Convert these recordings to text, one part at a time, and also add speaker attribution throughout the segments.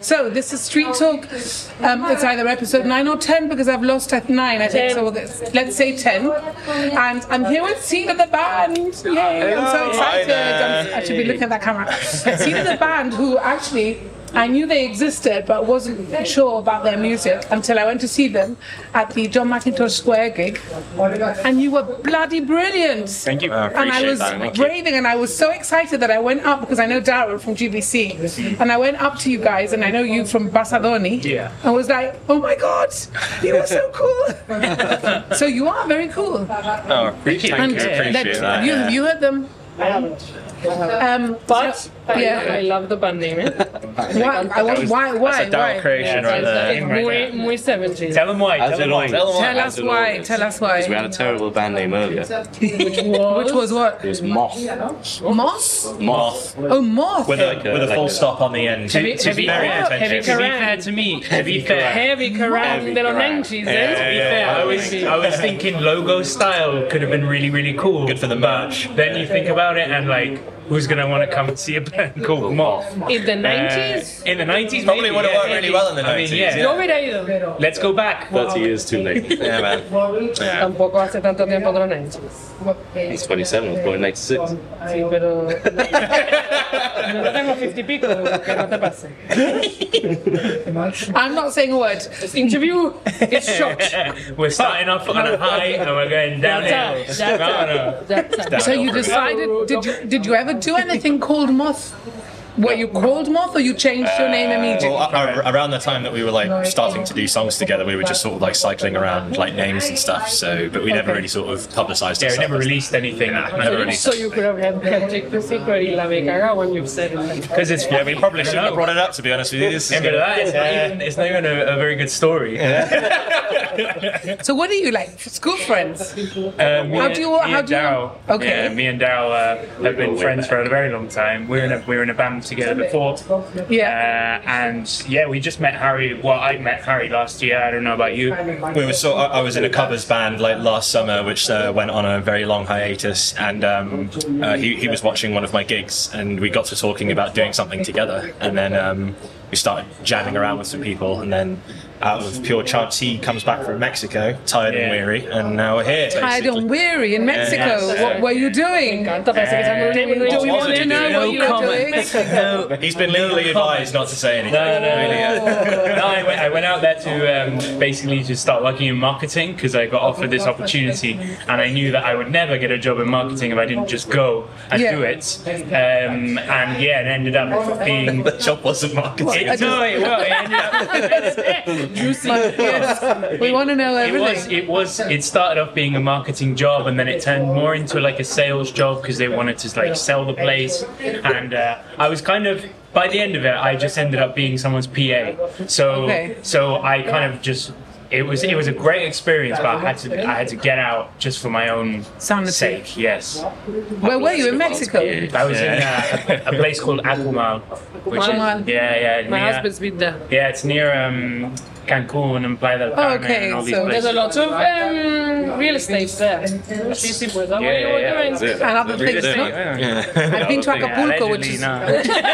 Speaker 1: So this is Street Talk. Um, it's either episode nine or ten because I've lost at nine. I think so. Let's, let's say ten. And I'm here with Cena the band. Yay! I'm so excited. I'm, I should be looking at that camera. Cena the band, who actually. I knew they existed, but wasn't sure about their music until I went to see them at the John McIntosh Square gig, and you were bloody brilliant.
Speaker 2: Thank
Speaker 3: Uh,
Speaker 2: you.
Speaker 1: And I was raving, and I was so excited that I went up because I know Darren from GBC, and I went up to you guys, and I know you from Basadoni.
Speaker 2: Yeah.
Speaker 1: I was like, oh my god, you were so cool. so you are very cool.
Speaker 3: Oh, appreciate
Speaker 1: And
Speaker 3: you. Appreciate that.
Speaker 1: you,
Speaker 3: yeah.
Speaker 1: you heard them.
Speaker 4: I haven't.
Speaker 1: Um,
Speaker 4: But but
Speaker 1: Yeah.
Speaker 4: I love the band name. eh?
Speaker 1: why? I was, why? Why?
Speaker 3: That's a dark
Speaker 1: why?
Speaker 3: creation right there.
Speaker 4: It's
Speaker 2: right
Speaker 4: muy, muy 70s.
Speaker 2: Tell them why. Tell them why.
Speaker 3: Tell 'em
Speaker 1: Tell
Speaker 3: what.
Speaker 1: us why. Tell us why.
Speaker 5: We had a terrible band name earlier. It
Speaker 1: Which was what?
Speaker 5: was Moth.
Speaker 1: Moss?
Speaker 5: Moth.
Speaker 1: Oh, moth.
Speaker 2: With a,
Speaker 5: Like a-
Speaker 2: with a
Speaker 5: like
Speaker 2: full
Speaker 5: a-
Speaker 2: stop on the end.
Speaker 4: Heavy-
Speaker 2: It's
Speaker 4: heavy-
Speaker 2: very
Speaker 4: heavy
Speaker 2: intentional.
Speaker 4: current.
Speaker 2: to me, to be fair.
Speaker 4: Heavy Karan
Speaker 5: Heavy
Speaker 4: de los
Speaker 5: Karan.
Speaker 4: 90s,
Speaker 2: Yeah,
Speaker 4: eh? To be
Speaker 2: yeah,
Speaker 4: fair,
Speaker 2: yeah. I
Speaker 4: I would
Speaker 2: was,
Speaker 4: be-
Speaker 2: I was thinking logo style could have been really, really cool. Good for the merch. Then you think about it and like, who's gonna want to come and see a band called Moth?
Speaker 4: In the
Speaker 2: Uh,
Speaker 4: 90s?
Speaker 2: in the nineties,
Speaker 3: Probably would have worked really well in the
Speaker 2: I mean,
Speaker 3: 90s,
Speaker 2: yeah.
Speaker 3: yeah.
Speaker 4: Yo hubiera ido.
Speaker 2: Let's go back.
Speaker 5: 30 years too late.
Speaker 3: Yeah, man.
Speaker 4: Tampoco hace tanto tiempo de los 90s.
Speaker 5: He's 27, I was born in 96.
Speaker 4: Sí, pero. No, no tengo 50 y pico, que no te pase.
Speaker 1: I'm not saying a word.
Speaker 4: This interview is short.
Speaker 2: We're starting off on a high and we're going downhill.
Speaker 4: That's out, that's out.
Speaker 2: No,
Speaker 4: That's
Speaker 2: no.
Speaker 1: So you decided? Did you did you ever do anything called moth? Were you called moth, or you changed your name
Speaker 3: Well,
Speaker 1: immediately?
Speaker 3: a- a- around the time that we were like starting to do songs together, we were just sort of like cycling around like names and stuff. So, but we never really sort of publicised.
Speaker 2: Yeah, we
Speaker 3: ourselves.
Speaker 2: never released anything.
Speaker 3: Yeah, never really.
Speaker 4: So you could have had kept the secret y la me caga when you've said it.
Speaker 2: Because it's
Speaker 3: Yeah, we probably shouldn't have
Speaker 2: No.
Speaker 3: brought it up. To be honest with you, this is
Speaker 2: Remember
Speaker 3: good.
Speaker 2: that? It's not
Speaker 3: Yeah.
Speaker 2: even, it's not even a, a very good story.
Speaker 1: So what are you like? School friends?
Speaker 2: Uh, me
Speaker 1: How
Speaker 2: and-
Speaker 1: do you-
Speaker 2: me
Speaker 1: how
Speaker 2: and
Speaker 1: do you-
Speaker 2: Daryl,
Speaker 1: okay.
Speaker 2: Yeah, me and Daryl uh, have been friends for a very long time. We were in a, we were in a band together before. Uh,
Speaker 1: Yeah.
Speaker 2: and yeah, we just met Harry. Well, I met Harry last year. I don't know about you.
Speaker 3: We were so I I was in a covers band like last summer, which uh, went on a very long hiatus, and um, uh, he he was watching one of my gigs, and we got to talking about doing something together, and then um, we started jamming around with some people, and then out of pure chance, he comes back from Mexico, tired
Speaker 2: Yeah.
Speaker 3: and weary, and now we're here.
Speaker 1: Tired
Speaker 3: basically.
Speaker 1: and weary in Mexico. What were you doing?
Speaker 4: Tanto parece que se
Speaker 2: Eh,
Speaker 4: han
Speaker 1: Do
Speaker 4: reunido.
Speaker 1: we want to
Speaker 3: wasn't
Speaker 1: know
Speaker 3: doing
Speaker 1: what
Speaker 3: no
Speaker 1: you were doing?
Speaker 3: He's been legally advised not to say anything.
Speaker 2: No, no,
Speaker 3: really, yeah.
Speaker 2: no, I went, I went out there to um, basically just start working in marketing because I got offered this opportunity and I knew that I would never get a job in marketing if I didn't just go and
Speaker 1: Yeah.
Speaker 2: do it. Um, and yeah, it ended up being.
Speaker 3: uh, The job wasn't marketing.
Speaker 2: It, no, it, well, it ended up. Juicy.
Speaker 1: Yes. We want to know
Speaker 2: It was,
Speaker 1: everything.
Speaker 2: it was, it started off being a marketing job and then it turned more into like a sales job because they wanted to like sell the place. And uh, I was kind of, by the end of it, I just ended up being someone's PA. So,
Speaker 1: Okay.
Speaker 2: so I kind of just, it was, it was a great experience, but I had to, I had to get out just for my own
Speaker 1: Sanity.
Speaker 2: sake. Yes.
Speaker 1: Where were you in Mexico?
Speaker 2: I was in uh, a place called Acumal, which is,
Speaker 1: Acumal.
Speaker 2: yeah, yeah,
Speaker 4: My
Speaker 2: near-
Speaker 4: husband's been there.
Speaker 2: yeah, it's near um, Cancun and Playa del Carmen
Speaker 1: Okay,
Speaker 2: and all these
Speaker 1: so-
Speaker 4: Oh, There's a
Speaker 2: places.
Speaker 4: lot of um, real estate there. Cheesy was that what you were
Speaker 2: yeah,
Speaker 4: doing?
Speaker 2: that's
Speaker 5: it.
Speaker 1: And other
Speaker 5: Really
Speaker 1: things,
Speaker 5: don't.
Speaker 1: no? I've been to
Speaker 5: Yeah,
Speaker 1: Acapulco, which is
Speaker 2: Allegedly, no.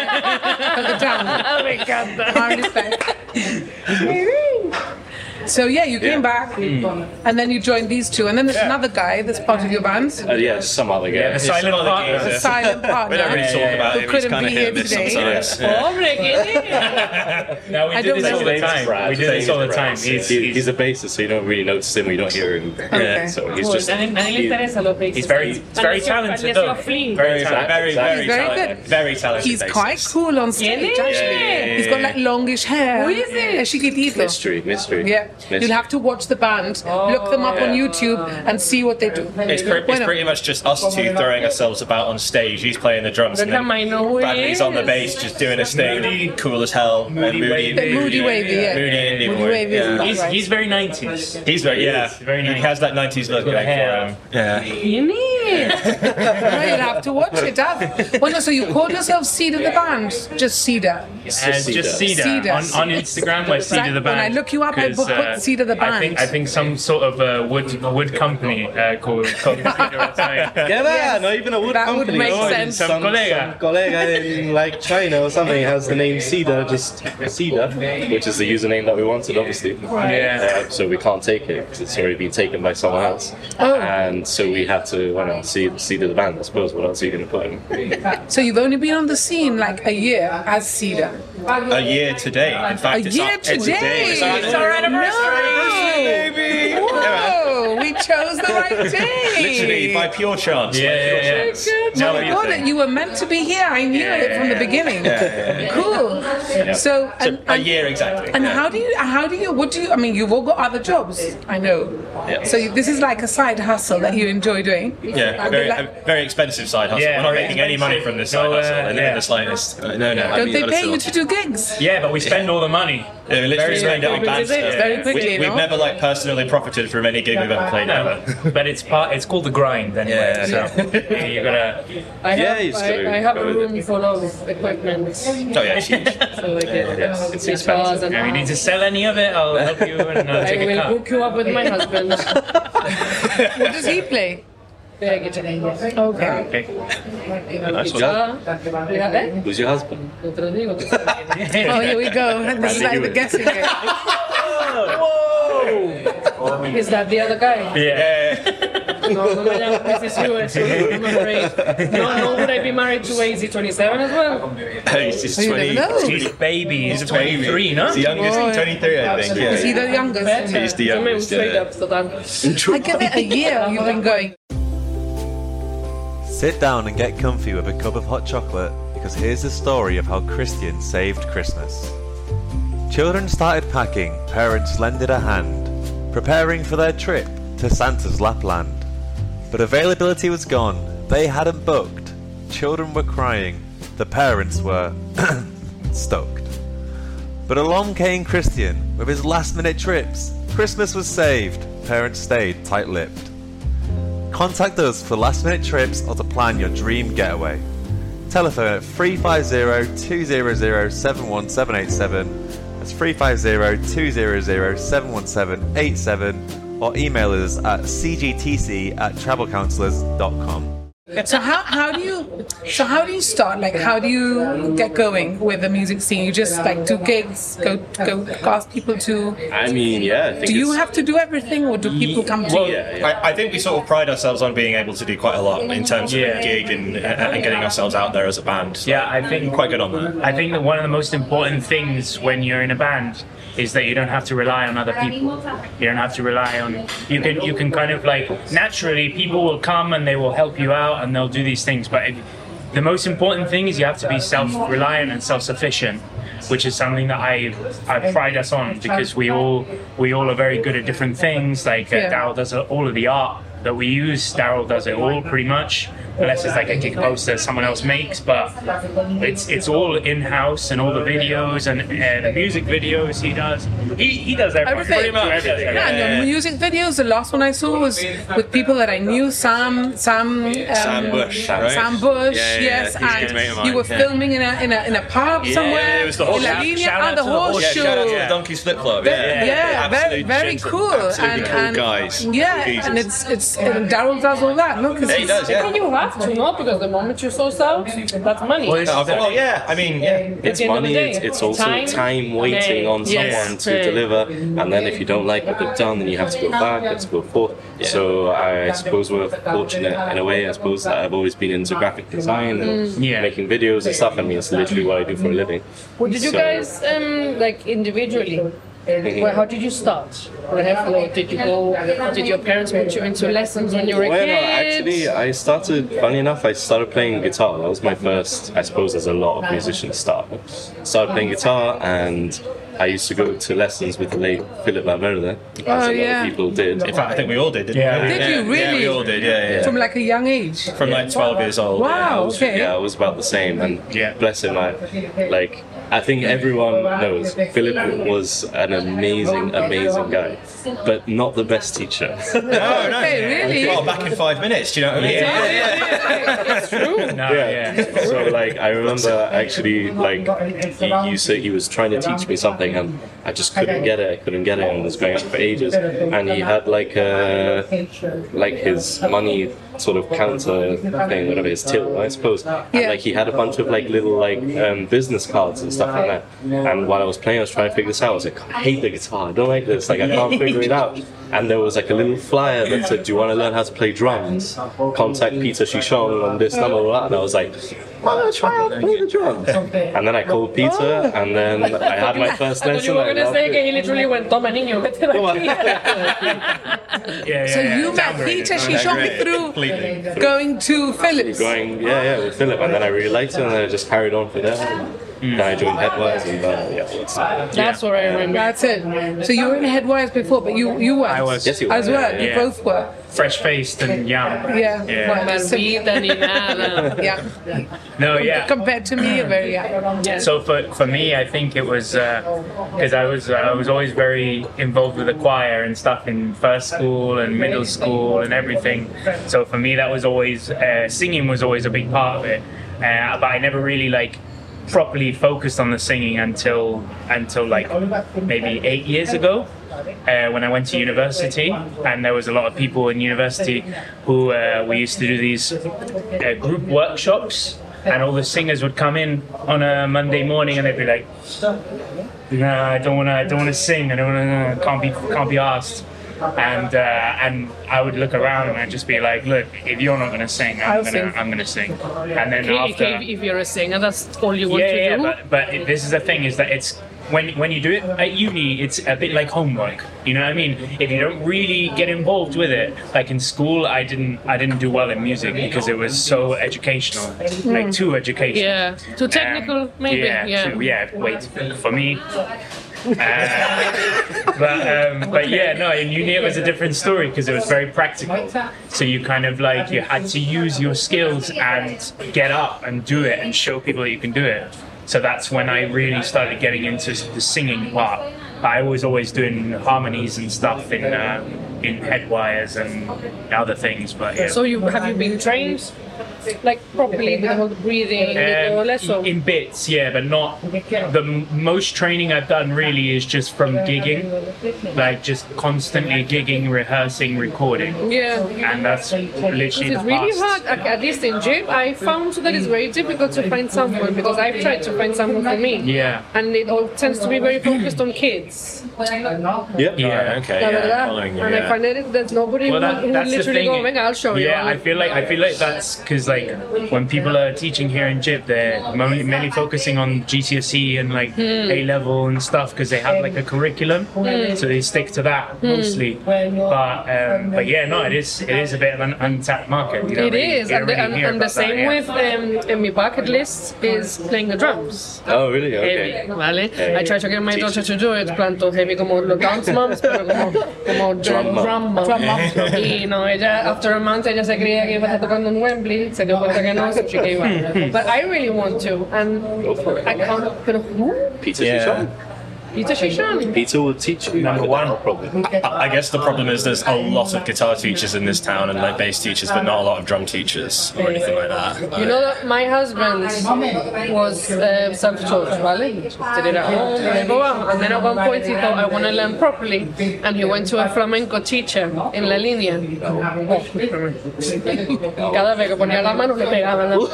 Speaker 1: further down.
Speaker 4: Oh my god.
Speaker 1: I understand. So yeah, Mm. you came back, and then you joined these two, and then there's another guy that's part of your band,
Speaker 5: Uh, yeah, some other guy.
Speaker 2: Yeah, the silent
Speaker 3: not the
Speaker 2: partner.
Speaker 3: gazer.
Speaker 1: the silent partner.
Speaker 3: We don't really talk
Speaker 2: yeah,
Speaker 1: yeah.
Speaker 3: about him.
Speaker 1: Who
Speaker 3: He's
Speaker 1: couldn't
Speaker 3: kind of
Speaker 1: be
Speaker 3: hit
Speaker 1: here
Speaker 3: and miss
Speaker 1: today.
Speaker 3: sometimes. Yeah.
Speaker 4: Pobre, ¿quién
Speaker 2: No, we
Speaker 1: I
Speaker 2: do
Speaker 1: don't
Speaker 2: this all the
Speaker 1: know.
Speaker 2: time. We do this all the time. He's,
Speaker 5: He- he's
Speaker 2: he's,
Speaker 5: a bassist, so you don't really notice him. You don't hear him.
Speaker 1: Okay.
Speaker 5: So he's
Speaker 4: es?
Speaker 5: just.
Speaker 4: A nadie a nadie le interesa los bases.
Speaker 2: he's very, he's very
Speaker 4: Unless you're-
Speaker 2: talented
Speaker 4: unless
Speaker 2: though.
Speaker 4: you're fleeing.
Speaker 2: Very
Speaker 3: Very,
Speaker 2: talented.
Speaker 5: Exactly.
Speaker 3: very,
Speaker 1: He's very
Speaker 3: talented.
Speaker 1: good.
Speaker 3: Very talented.
Speaker 1: He's
Speaker 3: bassist.
Speaker 1: quite cool on
Speaker 4: Yeah,
Speaker 1: stage.
Speaker 4: yeah,
Speaker 1: actually.
Speaker 4: yeah.
Speaker 1: He's got like longish hair.
Speaker 4: Who is it?
Speaker 1: A chiquitito.
Speaker 5: Mystery, mystery.
Speaker 1: Yeah,
Speaker 5: mystery.
Speaker 1: you'll have to watch the band,
Speaker 4: Oh,
Speaker 1: look them up on YouTube, and see what they do.
Speaker 3: It's, pre- it's
Speaker 1: Bueno.
Speaker 3: pretty much just us two throwing ourselves about on stage. He's playing the drums, and
Speaker 4: Look at my
Speaker 3: then
Speaker 4: know who
Speaker 3: Bradley's on the bass, just doing his thing. Cool as hell. Moody, moody,
Speaker 2: wavy.
Speaker 1: Moody Wavy, yeah.
Speaker 3: Moody Indian boy.
Speaker 1: Wavy is
Speaker 3: Yeah.
Speaker 1: nice.
Speaker 2: He's, he's very 90s.
Speaker 3: He's very
Speaker 2: He
Speaker 3: yeah.
Speaker 2: is very
Speaker 3: he
Speaker 2: 90s.
Speaker 3: has that 90s look um,
Speaker 2: got
Speaker 3: going for
Speaker 2: hair.
Speaker 3: him. Yeah.
Speaker 4: ¿Quién
Speaker 1: it. no, you'll have to watch it. Have. Well, no, so you called yourself Seed of the Band, just Cedar.
Speaker 2: As just Cedar,
Speaker 1: Cedar.
Speaker 2: On, on Instagram, we're Cedar the
Speaker 1: When
Speaker 2: Band.
Speaker 1: I look you up, I
Speaker 2: 'cause,
Speaker 1: put- put Cedar the
Speaker 2: I think,
Speaker 1: Band.
Speaker 2: I think some sort of uh, wood wood company uh, called, called Cedar at the time.
Speaker 6: Yeah,
Speaker 1: Yes.
Speaker 6: no, even a wood
Speaker 1: That would
Speaker 6: company.
Speaker 1: make
Speaker 6: or
Speaker 1: sense.
Speaker 6: Some,
Speaker 2: Some colleague.
Speaker 6: some colleague in like China or something has the name Cedar, just Cedar.
Speaker 5: Which is the username that we wanted, obviously.
Speaker 2: Yeah.
Speaker 5: Uh, so we can't take it 'cause it's already been taken by someone else.
Speaker 1: Oh.
Speaker 5: And so we had to, well, see, see the band, I suppose. What else are you going to put in?
Speaker 1: So you've only been on the scene like a year as Cedar.
Speaker 3: A year today. In
Speaker 1: A
Speaker 3: fact, it's
Speaker 1: year
Speaker 3: up- it's
Speaker 1: today.
Speaker 3: It's our
Speaker 1: anniversary.
Speaker 3: baby.
Speaker 1: Whoa, we chose the right day.
Speaker 3: Literally by pure chance.
Speaker 2: Yeah, yeah, yeah.
Speaker 1: Good.
Speaker 2: Now
Speaker 1: My
Speaker 2: we-
Speaker 1: God, you were meant to be here. I knew it from the beginning. Cool. So, and,
Speaker 3: A
Speaker 1: and-
Speaker 3: year exactly.
Speaker 1: And
Speaker 3: yeah.
Speaker 1: how do you? How do you? What do you? I mean, you've all got other jobs. I know.
Speaker 3: Yeah.
Speaker 1: So you, this is like a side hustle that you enjoy doing.
Speaker 3: Yeah, very, a very expensive side hustle.
Speaker 2: Yeah,
Speaker 3: We're not
Speaker 2: very
Speaker 3: making any money from this side
Speaker 2: expensive.
Speaker 3: hustle,
Speaker 2: No, uh,
Speaker 3: in
Speaker 2: yeah.
Speaker 3: the slightest. Uh, No, no. I
Speaker 1: Don't
Speaker 3: mean,
Speaker 1: they
Speaker 3: not
Speaker 1: pay
Speaker 3: at all.
Speaker 1: you to do gigs?
Speaker 2: Yeah, but we spend all the money.
Speaker 3: Yeah, we literally spend it on band
Speaker 4: quickly.
Speaker 3: stuff.
Speaker 1: Very quickly,
Speaker 3: we,
Speaker 1: no?
Speaker 3: have never like personally profited from any gig we've ever played
Speaker 2: No,
Speaker 3: ever.
Speaker 2: but it's part. It's called the grind anyway.
Speaker 3: Yeah.
Speaker 2: So yeah, you gotta.
Speaker 4: I
Speaker 5: Yeah,
Speaker 4: have,
Speaker 5: he's gonna
Speaker 4: I, I have a
Speaker 5: go with it.
Speaker 4: room full of equipment. So
Speaker 3: Oh yeah, it's huge.
Speaker 4: I get
Speaker 5: yes,
Speaker 4: um,
Speaker 5: it's
Speaker 4: guitars
Speaker 5: expensive.
Speaker 4: and
Speaker 2: If you need to sell any of it, I'll help you and I'll
Speaker 4: I
Speaker 2: take a
Speaker 4: will
Speaker 2: cut.
Speaker 4: hook you up with my husband.
Speaker 1: What does he play?
Speaker 4: Play guitar.
Speaker 1: Okay.
Speaker 5: Nice one.
Speaker 4: Yeah, eh?
Speaker 5: Who's your husband?
Speaker 4: No te lo digo. te lo digo.
Speaker 1: Oh, here we go. This is like
Speaker 5: Randy
Speaker 1: the
Speaker 5: Hewitt.
Speaker 1: guessing game.
Speaker 4: Is that the other guy?
Speaker 2: Yeah.
Speaker 3: Yeah.
Speaker 4: No, no, no, this is you. It's you. I'm afraid. No, no, would I be married to a Z27 as well?
Speaker 3: He's just
Speaker 1: Oh, You
Speaker 3: 20.
Speaker 1: never know. Oh,
Speaker 2: He's a baby. He's
Speaker 3: He's 23,
Speaker 2: 23, no?
Speaker 3: He's the youngest,
Speaker 1: Boy.
Speaker 3: 23, I think.
Speaker 1: Is he
Speaker 3: Yeah.
Speaker 1: the youngest?
Speaker 4: Better.
Speaker 3: He's the
Speaker 4: So maybe
Speaker 3: youngest,
Speaker 4: straight
Speaker 3: yeah.
Speaker 4: up, so that-
Speaker 1: I give it a year. You've been going.
Speaker 7: Sit down and get comfy with a cup of hot chocolate because here's the story of how Christian saved Christmas. Children started packing, parents lended a hand, preparing for their trip to Santa's Lapland. But availability was gone, they hadn't booked, children were crying, the parents were stoked. But along came Christian with his last minute trips. Christmas was saved, parents stayed tight lipped. Contact us for last minute trips or to plan your dream getaway. Telephone at 350 200 71787. That's 350 200 71787. Or email us at cgtc at travelcounselors.com.
Speaker 1: So how, how do you so how do you start? Like how do you get going with the music scene? You just like do gigs, go go ask people to.
Speaker 5: I mean, yeah. I think
Speaker 1: Do you
Speaker 5: it's-
Speaker 1: have to do everything, or do people come to you?
Speaker 5: Yeah, yeah.
Speaker 3: I, I think we sort of pride ourselves on being able to do quite a lot in terms of
Speaker 2: Yeah.
Speaker 3: gig and, uh, and getting ourselves out there as a band.
Speaker 2: Yeah, I think
Speaker 3: Quite good on that.
Speaker 2: I think that one of the most important things when you're in a band is that you don't have to rely on other people. You don't have to rely on you can you can kind of like naturally people will come and they will help you out and they'll do these things. But if, the most important thing is you have to be self-reliant and self-sufficient, which is something that I I pride us on because we all we all are very good at different things. Like uh,
Speaker 1: Yeah.
Speaker 2: Daryl does all of the art that we use. Daryl does it all pretty much, unless it's like a gig poster someone else makes. But it's it's all in house and all the videos and, and the music videos he does. He, he does everything.
Speaker 1: Everything.
Speaker 2: Pretty much everything.
Speaker 1: Yeah, and the music videos. The last one I saw was with people that I knew. Sam, Sam, um,
Speaker 3: Sam Bush, right?
Speaker 1: Sam Bush.
Speaker 3: Yeah, yeah, yeah.
Speaker 1: yes,
Speaker 3: He's a good mate of
Speaker 1: and
Speaker 3: mine,
Speaker 1: you were
Speaker 3: yeah.
Speaker 1: filming in a in a, in a pub somewhere.
Speaker 3: yeah, it was the
Speaker 1: in La
Speaker 3: horseshoe.
Speaker 1: Línea.
Speaker 2: Shout
Speaker 1: Ah,
Speaker 2: out
Speaker 1: the
Speaker 2: to the horseshoe.
Speaker 1: horseshoe.
Speaker 3: Yeah, shout out to the Donkey's Flip Flop. Yeah,
Speaker 1: Yeah, very,
Speaker 3: Absolute
Speaker 1: very
Speaker 3: gents,
Speaker 1: cool.
Speaker 3: Absolutely
Speaker 1: and,
Speaker 3: cool
Speaker 1: and-
Speaker 3: guys.
Speaker 1: Yeah, and it's it's and Daryl does all that. Look,
Speaker 3: Yeah, he does, yeah.
Speaker 4: Well, you have to, no? Because the moment you source out, that's money.
Speaker 2: Well, this
Speaker 3: Oh,
Speaker 2: is the-
Speaker 3: well, yeah, I mean, yeah.
Speaker 5: It's
Speaker 4: the end of
Speaker 5: money,
Speaker 4: the day,
Speaker 5: it's, it's also
Speaker 4: time,
Speaker 5: time, waiting
Speaker 4: pay.
Speaker 5: on
Speaker 4: Yes,
Speaker 5: someone to
Speaker 4: pay.
Speaker 5: deliver, and then if you don't like what they've done, then you have to go back, you have to go forth. So I suppose we're fortunate in a way, I suppose, that I've always been into graphic design and
Speaker 2: Yeah.
Speaker 5: making videos and stuff. I mean, it's literally what I do for a living.
Speaker 4: Did you
Speaker 5: So-
Speaker 4: guys um, like individually? Well, how did you start? Or have, or did you go? Did your parents put you into lessons when you were a
Speaker 5: Well,
Speaker 4: kid?
Speaker 5: no, actually, uh, I started. Funny enough, I started playing guitar. That was my first, I suppose, as a lot of musicians start. Started playing guitar, and I used to go to lessons with the late Philip Laverde, as a lot
Speaker 1: yeah.
Speaker 5: of people did.
Speaker 3: In fact, I think we all did, didn't
Speaker 2: Yeah.
Speaker 3: we?
Speaker 2: Did
Speaker 1: you
Speaker 3: Yeah,
Speaker 1: really?
Speaker 3: we all did, yeah, yeah.
Speaker 1: From
Speaker 3: From,
Speaker 1: like a young age.
Speaker 3: like 12 years old.
Speaker 1: Wow.
Speaker 5: I was-
Speaker 1: Okay.
Speaker 5: Yeah, I was about the same, and
Speaker 2: Yeah.
Speaker 5: bless him, I like I think everyone knows Philip was an amazing, amazing guy, but not the best teacher.
Speaker 3: No, no.
Speaker 1: Okay, really?
Speaker 3: Well, back in five minutes. Do you know what I mean?
Speaker 1: It's true.
Speaker 2: No, yeah.
Speaker 5: So like I remember actually like he, you said he was trying to teach me something and I just couldn't get it. I couldn't get it and was going on for ages. And he had like a like his money sort of counter thing, whatever his till, I suppose. And
Speaker 1: Yeah.
Speaker 5: like he had a bunch of like little like um, business cards and stuff like that. And while I was playing, I was trying to figure this out. I was like, I hate the guitar. I don't like this. Like I can't figure it out. And there was like a little flyer that said, "Do you want to learn how to play drums? Contact Peter Shishon on this number." Or that. And I was like, "Why don't I try out play the drums?" And then I called Peter, and then I had my first
Speaker 4: I thought you
Speaker 5: lesson.
Speaker 4: were
Speaker 5: I
Speaker 4: gonna
Speaker 5: loved
Speaker 4: say
Speaker 5: it.
Speaker 4: okay, he literally went Tom and Inyo. but then I-
Speaker 2: yeah, yeah,
Speaker 1: So
Speaker 2: yeah.
Speaker 1: you met
Speaker 2: Downgrade.
Speaker 1: Peter, she shot me
Speaker 3: Downgrade.
Speaker 1: through
Speaker 3: Completely.
Speaker 1: going to Phillips.
Speaker 5: Going, yeah, yeah, with Philip, and then I really liked it, and then I just carried on for that. Then I joined Headwise, and uh, yeah, it's-
Speaker 4: That's what I remember.
Speaker 1: That's it. So you were in Headwise before, but you you were.
Speaker 2: I was.
Speaker 5: Yes, you were.
Speaker 1: As well,
Speaker 5: Yeah,
Speaker 1: you
Speaker 2: yeah.
Speaker 1: both were.
Speaker 2: Fresh faced and young.
Speaker 1: Yeah.
Speaker 2: Yeah.
Speaker 1: Well, just sim-
Speaker 4: Malvita ni nada.
Speaker 1: yeah.
Speaker 2: No, yeah.
Speaker 1: Compared to me, you're very young.
Speaker 2: So for, for me, I think it was because I was I was always very involved with the choir and stuff in first school and middle school and everything. So for me, that was always uh, singing was always a big part of it. Uh, but I never really like properly focused on the singing until until like maybe eight years ago uh, when I went to university, and there was a lot of people in university who uh, we used to do these uh, group workshops, and all the singers would come in on a Monday morning, and they'd be like, "No, I don't want to. I don't want to sing. I don't want to. Can't be. Can't be asked." And uh, and I would look around and I'd just be like, "Look, if you're not gonna sing, I'm
Speaker 1: I'll
Speaker 2: gonna
Speaker 1: sing.
Speaker 2: I'm gonna sing." And then
Speaker 4: Okay,
Speaker 2: after,
Speaker 4: okay, if, if you're a singer, that's all you want
Speaker 2: yeah,
Speaker 4: to
Speaker 2: yeah,
Speaker 4: do.
Speaker 2: but, but it- this is the thing is that it's when when you do it at uni, it's a bit like homework. You know what I mean? If you don't really get involved with it, like in school, I didn't I didn't do well in music because it was so educational, like too educational.
Speaker 4: Hmm. yeah, too
Speaker 2: Um,
Speaker 4: technical, maybe.
Speaker 2: Yeah,
Speaker 4: Yeah,
Speaker 2: too- yeah. Wait for me. Uh, but um, but yeah, no. In uni, it was a different story because it was very practical. So you kind of like you had to use your skills and get up and do it and show people that you can do it. So that's when I really started getting into the singing part. I was always doing harmonies and stuff in uh, in headwires and other things. But yeah.
Speaker 4: So you have you been trained, like properly with the whole breathing, with the
Speaker 2: Um,
Speaker 4: lesson?
Speaker 2: in bits, yeah, but not the m- most training I've done really is just from gigging, like just constantly gigging, rehearsing, recording,
Speaker 4: yeah.
Speaker 2: and that's literally
Speaker 4: It's
Speaker 2: the
Speaker 4: really hard,
Speaker 2: past.
Speaker 4: like, at least in gym. I found that it's very difficult to find someone because I've tried to find someone for me.
Speaker 2: Yeah,
Speaker 4: And it all tends to be very focused on kids.
Speaker 5: yeah,
Speaker 2: yeah.
Speaker 3: Okay.
Speaker 1: uh,
Speaker 4: Blah, blah, blah.
Speaker 3: Yeah. Following you.
Speaker 4: and I
Speaker 3: Yeah.
Speaker 4: find that there's nobody
Speaker 2: Well,
Speaker 4: who,
Speaker 2: that,
Speaker 4: who
Speaker 2: that's the
Speaker 4: literally
Speaker 2: thing.
Speaker 4: going, I'll show you.
Speaker 2: yeah,
Speaker 4: I'll-
Speaker 2: I feel like I feel like that's because like when people are teaching here in JIP, they're mo- mainly focusing on GCSE E and like
Speaker 4: Hmm.
Speaker 2: A level and stuff because they have like a curriculum, so they stick to that
Speaker 4: Hmm.
Speaker 2: mostly. But um, but yeah, no, it is it is a bit of an untapped market. You know,
Speaker 4: It is, and, the, and, and the same
Speaker 2: with.
Speaker 4: with um, in my bucket list is playing the drums.
Speaker 5: Oh, really? Okay.
Speaker 4: Heavy, ¿vale? I try to get my daughter to do it, tanto heavy como los dance moms, pero como, como drum,
Speaker 5: Drum mom.
Speaker 4: drum mom.
Speaker 1: Drum mom.
Speaker 4: Y no, ella, after a month, ella se creía que iba a estar tocando en Wembley, se dio cuenta que no, se chica iba. But I really want to, and
Speaker 5: Go for
Speaker 4: I
Speaker 5: it.
Speaker 4: can't, pero who?
Speaker 5: Peter
Speaker 3: Yeah.
Speaker 5: Shishon.
Speaker 4: Peter Shishan.
Speaker 5: Peter will teach you. Number one, problem.
Speaker 3: I I guess the problem is there's a lot of guitar teachers in this town and like bass teachers, but not a lot of drum teachers or anything like that.
Speaker 4: You know that my husband was uh, self-taught, ¿vale? Did it at home, blah, blah, blah. and then at one point he thought, I want to learn properly, and he went to a flamenco teacher in La Línea. Cada vez que ponía la mano le pegaban.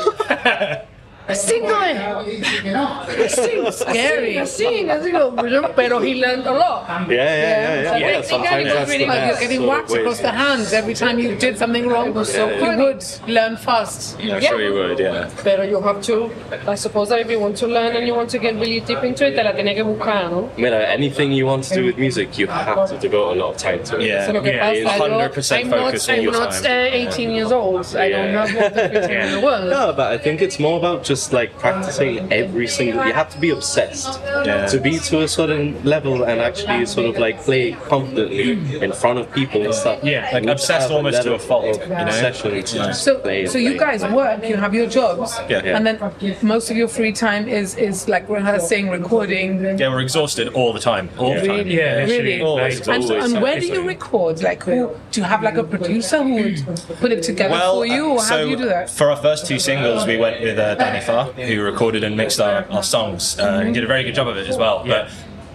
Speaker 4: Síngame! Sing, scary! Sing, así como, pero he learned a lot.
Speaker 5: Yeah, yeah, yeah, yeah.
Speaker 4: Yeah,
Speaker 5: yeah.
Speaker 4: so basically
Speaker 5: Sometimes that's the
Speaker 4: everything
Speaker 1: Like you're
Speaker 5: best
Speaker 1: getting
Speaker 5: sort of
Speaker 1: whacked
Speaker 5: ways.
Speaker 1: across the hands every time you did something wrong. So you would learn fast.
Speaker 5: Yeah, I'm sure you would. Yeah.
Speaker 4: Pero you have to, I suppose that if you want to learn and you want to get really deep into it, te la tienes que buscar, ¿no?
Speaker 5: Mira, anything you want to do with music, you have to devote a lot of time to it.
Speaker 3: Yeah.
Speaker 4: So look at
Speaker 2: Yeah,
Speaker 4: us,
Speaker 3: it's
Speaker 4: I don't-
Speaker 3: 100%
Speaker 4: I'm not-
Speaker 3: focus on
Speaker 4: I'm
Speaker 3: your
Speaker 4: not
Speaker 3: time.
Speaker 4: uh, 18 years old. I don't
Speaker 5: Yeah.
Speaker 4: have all the future in the world.
Speaker 5: No, but I think it's more about
Speaker 6: just like practicing every single. You have to be obsessed
Speaker 3: Yeah.
Speaker 6: to be to a certain level and actually sort of like play confidently in front of people and stuff.
Speaker 2: Yeah, like
Speaker 6: You have
Speaker 3: obsessed
Speaker 6: have
Speaker 3: almost to
Speaker 6: level
Speaker 3: a fault,
Speaker 6: of
Speaker 3: you know?
Speaker 6: Obsession to just
Speaker 1: So,
Speaker 6: play
Speaker 1: so you
Speaker 6: play.
Speaker 1: guys work, you have your jobs,
Speaker 3: Yeah. Yeah.
Speaker 1: and then most of your free time is is like rehearsing, recording.
Speaker 3: Yeah, we're exhausted all the time. All the time.
Speaker 2: Really? Yeah,
Speaker 1: Really?
Speaker 2: literally.
Speaker 3: Always,
Speaker 2: Like,
Speaker 1: And,
Speaker 3: always.
Speaker 1: and where do you
Speaker 3: something.
Speaker 1: record? Like, who do you have like a producer who would put it together for you,
Speaker 3: uh,
Speaker 1: or how
Speaker 3: so
Speaker 1: do you do that?
Speaker 3: For our first two singles, we went with uh, Danny Farr, who recorded and mixed our, our songs. Uh, He did a very good job of it as well.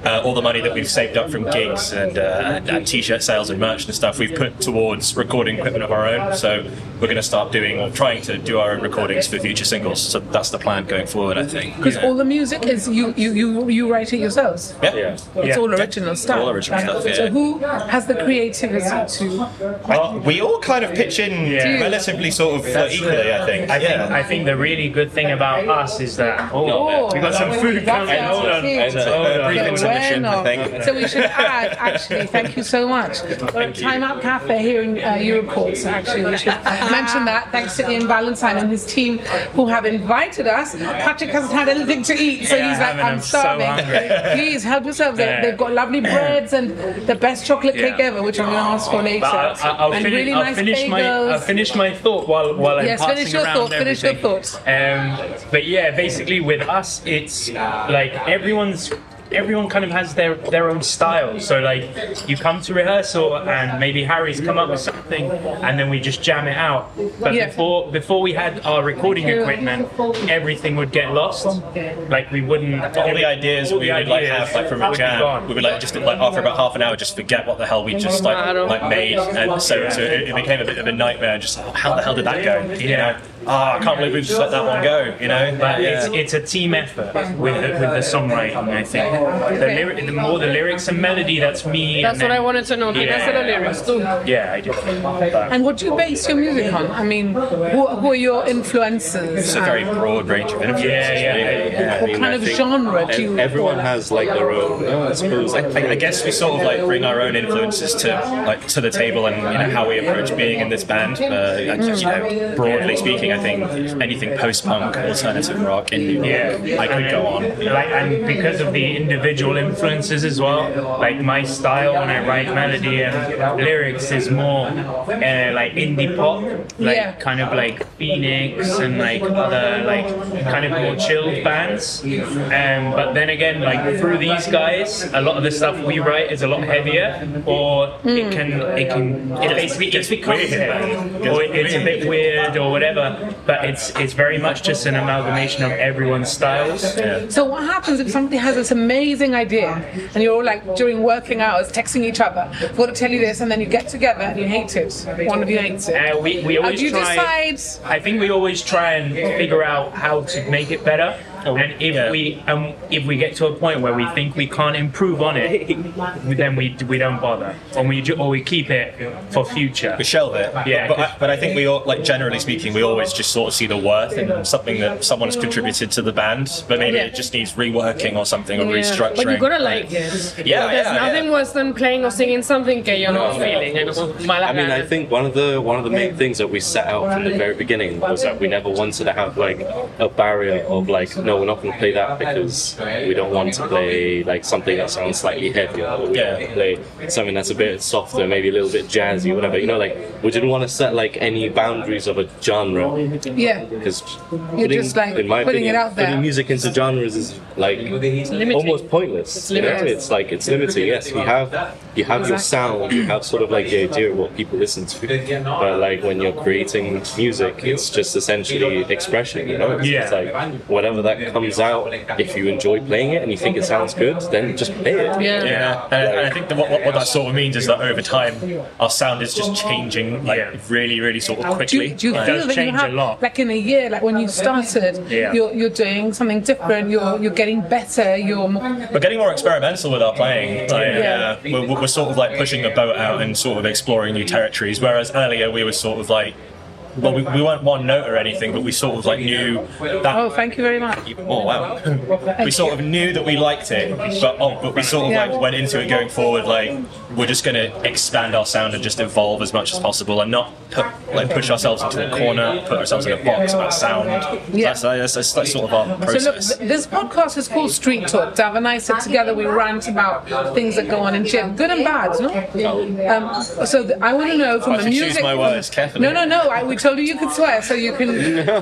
Speaker 3: But uh, all the money that we've saved up from gigs and, uh, and, and t-shirt sales and merch and stuff, we've put towards recording equipment of our own. So we're going to start doing, or trying to do our own recordings for future singles. So that's the plan going forward, I think.
Speaker 1: Because
Speaker 3: Yeah.
Speaker 1: all the music is you you you you write it yourselves.
Speaker 3: yeah.
Speaker 1: It's
Speaker 2: Yeah.
Speaker 1: all original stuff. Um,
Speaker 3: All original stuff, yeah.
Speaker 1: So who has the creativity to?
Speaker 3: I- we all kind of pitch in
Speaker 2: Yeah.
Speaker 3: relatively sort of uh, equally, I think.
Speaker 2: I think,
Speaker 3: Yeah.
Speaker 2: I think the really good thing about us is that oh, we got some food coming.
Speaker 1: that's
Speaker 2: Hold on.
Speaker 1: it.
Speaker 3: It's a- a brief
Speaker 1: Bueno.
Speaker 3: intermission, I think.
Speaker 1: uh, So we should add, actually, thank you so much. We're at Time Out Cafe here in uh, Eurocourt, so actually we should mention that. Thanks to Ian Valentine and his team who have invited us. Patrick hasn't had anything to eat, so
Speaker 2: Yeah,
Speaker 1: he's
Speaker 2: I
Speaker 1: like,
Speaker 2: haven't.
Speaker 1: I'm
Speaker 2: I'm so
Speaker 1: starving.
Speaker 2: hungry."
Speaker 1: Please help yourselves. They-
Speaker 2: Yeah.
Speaker 1: They've got lovely breads and the best chocolate cake
Speaker 2: Yeah.
Speaker 1: ever, which I'm going to ask for later.
Speaker 2: But I'll, I'll- I'll
Speaker 1: And
Speaker 2: finish,
Speaker 1: really
Speaker 2: I'll
Speaker 1: nice
Speaker 2: finish my I'll
Speaker 1: bagels.
Speaker 2: finish my thought while while I'm
Speaker 1: Yes,
Speaker 2: passing
Speaker 1: finish your
Speaker 2: around
Speaker 1: thought, finish your
Speaker 2: everything. Um, but yeah, basically with us, it's like everyone's everyone kind of has their their own style. So like you come to rehearsal and maybe Harry's come up with something and then we just jam it out. But
Speaker 1: Yeah.
Speaker 2: before before we had our recording
Speaker 1: Yeah.
Speaker 2: equipment, everything would get lost. Like we wouldn't
Speaker 3: all the ideas
Speaker 2: all
Speaker 3: we
Speaker 2: the
Speaker 3: would like
Speaker 2: ideas
Speaker 3: have like from a
Speaker 2: would be gone.
Speaker 3: jam, we would like just like after about half an hour just forget what the hell we just like like made, and so, so it, it became a bit of a nightmare. Just oh, how the hell did that go? You
Speaker 2: Yeah.
Speaker 3: know, ah, I can't believe we just let that one go. You know,
Speaker 2: But
Speaker 3: Yeah.
Speaker 2: it's, it's a team effort with the, with the songwriting, I think. The, lyri- the more the lyrics and melody, that's me.
Speaker 4: That's
Speaker 2: and
Speaker 4: what
Speaker 2: then-
Speaker 4: I wanted to know. Did I say the lyrics too?
Speaker 2: Yeah, I do. But
Speaker 1: And what do you base your music on? I mean, who, who are your influences? Um,
Speaker 3: it's a very broad range of influences.
Speaker 2: Yeah, yeah,
Speaker 3: really.
Speaker 2: yeah.
Speaker 1: What kind of genre do you-
Speaker 6: Everyone has like their own. I suppose. I,
Speaker 3: I, I guess we sort of like bring our own influences to like to the table and you know how we approach being in this band. Uh, like, you know, broadly speaking, I think anything post-punk, alternative rock, indie rock,
Speaker 2: yeah,
Speaker 3: I could
Speaker 2: and-
Speaker 3: go on.
Speaker 2: Like, and because of the individual influences as well, like my style when I write melody and lyrics is more uh, like indie pop, like
Speaker 1: Yeah.
Speaker 2: kind of like Phoenix and like other like kind of more chilled bands. Um, but then again, like through these guys, a lot of the stuff we write is a lot heavier, or it can it can it basically it's becomes
Speaker 3: weird.
Speaker 2: heavy, or it's a bit weird or whatever. But it's it's very much just an amalgamation of everyone's styles.
Speaker 1: So what happens if somebody has this amazing idea and you're all like during working hours texting each other, I've got to tell you this, and then you get together and you hate it. One of you hates it.
Speaker 2: Uh, we, we
Speaker 1: How
Speaker 2: always
Speaker 1: do you
Speaker 2: try.
Speaker 1: decide?
Speaker 2: I think we always try and figure out how to make it better. And if
Speaker 3: yeah.
Speaker 2: we um, if we get to a point where we think we can't improve on it, then we we don't bother, and we ju- or we keep it for future.
Speaker 3: We shelve it.
Speaker 2: Yeah,
Speaker 3: but I,
Speaker 2: 'cause-
Speaker 3: but I think we all like generally speaking, we always just sort of see the worth in something that someone's contributed to the band, but maybe it just needs reworking or something or restructuring.
Speaker 4: But you gotta like it.
Speaker 3: yeah,
Speaker 4: There's
Speaker 3: yeah,
Speaker 4: nothing
Speaker 3: yeah.
Speaker 4: worse than playing or singing something that you're not feeling. And
Speaker 6: I mean, I think one of the one of the main things that we set out from the very beginning was that we never wanted to have like a barrier of like, no, we're not going to play that because we don't want to play like something that sounds slightly heavier. Or we don't want to play something that's a bit softer, maybe a little bit jazzy, whatever. You know, like we didn't want to set like any boundaries of a genre
Speaker 1: Yeah.
Speaker 6: because
Speaker 1: You're just like putting it out there.
Speaker 6: Putting music into genres is like almost pointless. It's,
Speaker 4: limiting.
Speaker 6: it's like it's limiting. Yes, you have you have your sound, you have sort of like the idea of what people listen to, but like when you're creating music, it's just essentially expression. You know, it's, it's
Speaker 2: Yeah.
Speaker 6: like whatever that comes out. If you enjoy playing it and you think it sounds good, then just play it.
Speaker 4: Yeah.
Speaker 3: Yeah, and, and I think that what, what, what that sort of means is that over time, our sound is just changing, like
Speaker 2: Yeah.
Speaker 3: really, really sort of
Speaker 1: Do
Speaker 3: quickly.
Speaker 1: you, do you
Speaker 3: Like,
Speaker 1: feel
Speaker 2: does
Speaker 1: that you
Speaker 2: change a
Speaker 1: have,
Speaker 2: lot.
Speaker 1: like in a year, like when you started,
Speaker 2: Yeah.
Speaker 1: you're, you're doing something different, you're, you're getting better, you're... m-
Speaker 3: we're getting more experimental with our playing. Like,
Speaker 1: Yeah.
Speaker 3: yeah. we're, we're- we're sort of like pushing the boat out and sort of exploring new territories. Whereas earlier we were sort of like, well, we, we weren't one note or anything, but we sort of like knew that.
Speaker 1: Oh, thank you very much.
Speaker 3: Oh wow! we sort of knew that we liked it, but oh, but we sort of
Speaker 1: Yeah.
Speaker 3: like went into it going forward like we're just going to expand our sound and just evolve as much as possible and not put, like push ourselves into a corner, put ourselves in a box about sound.
Speaker 1: Yeah.
Speaker 3: That's, that's, that's, that's sort of our process.
Speaker 1: So look, th- this podcast is called Street Talk. Dav and I sit together, we rant about things that go on in shit, good and bad, no? Um, so th- I want to know from
Speaker 3: I
Speaker 1: the
Speaker 3: should choose
Speaker 1: music.
Speaker 3: my words carefully.
Speaker 1: No, no, no. I, we told you you could swear, so you can.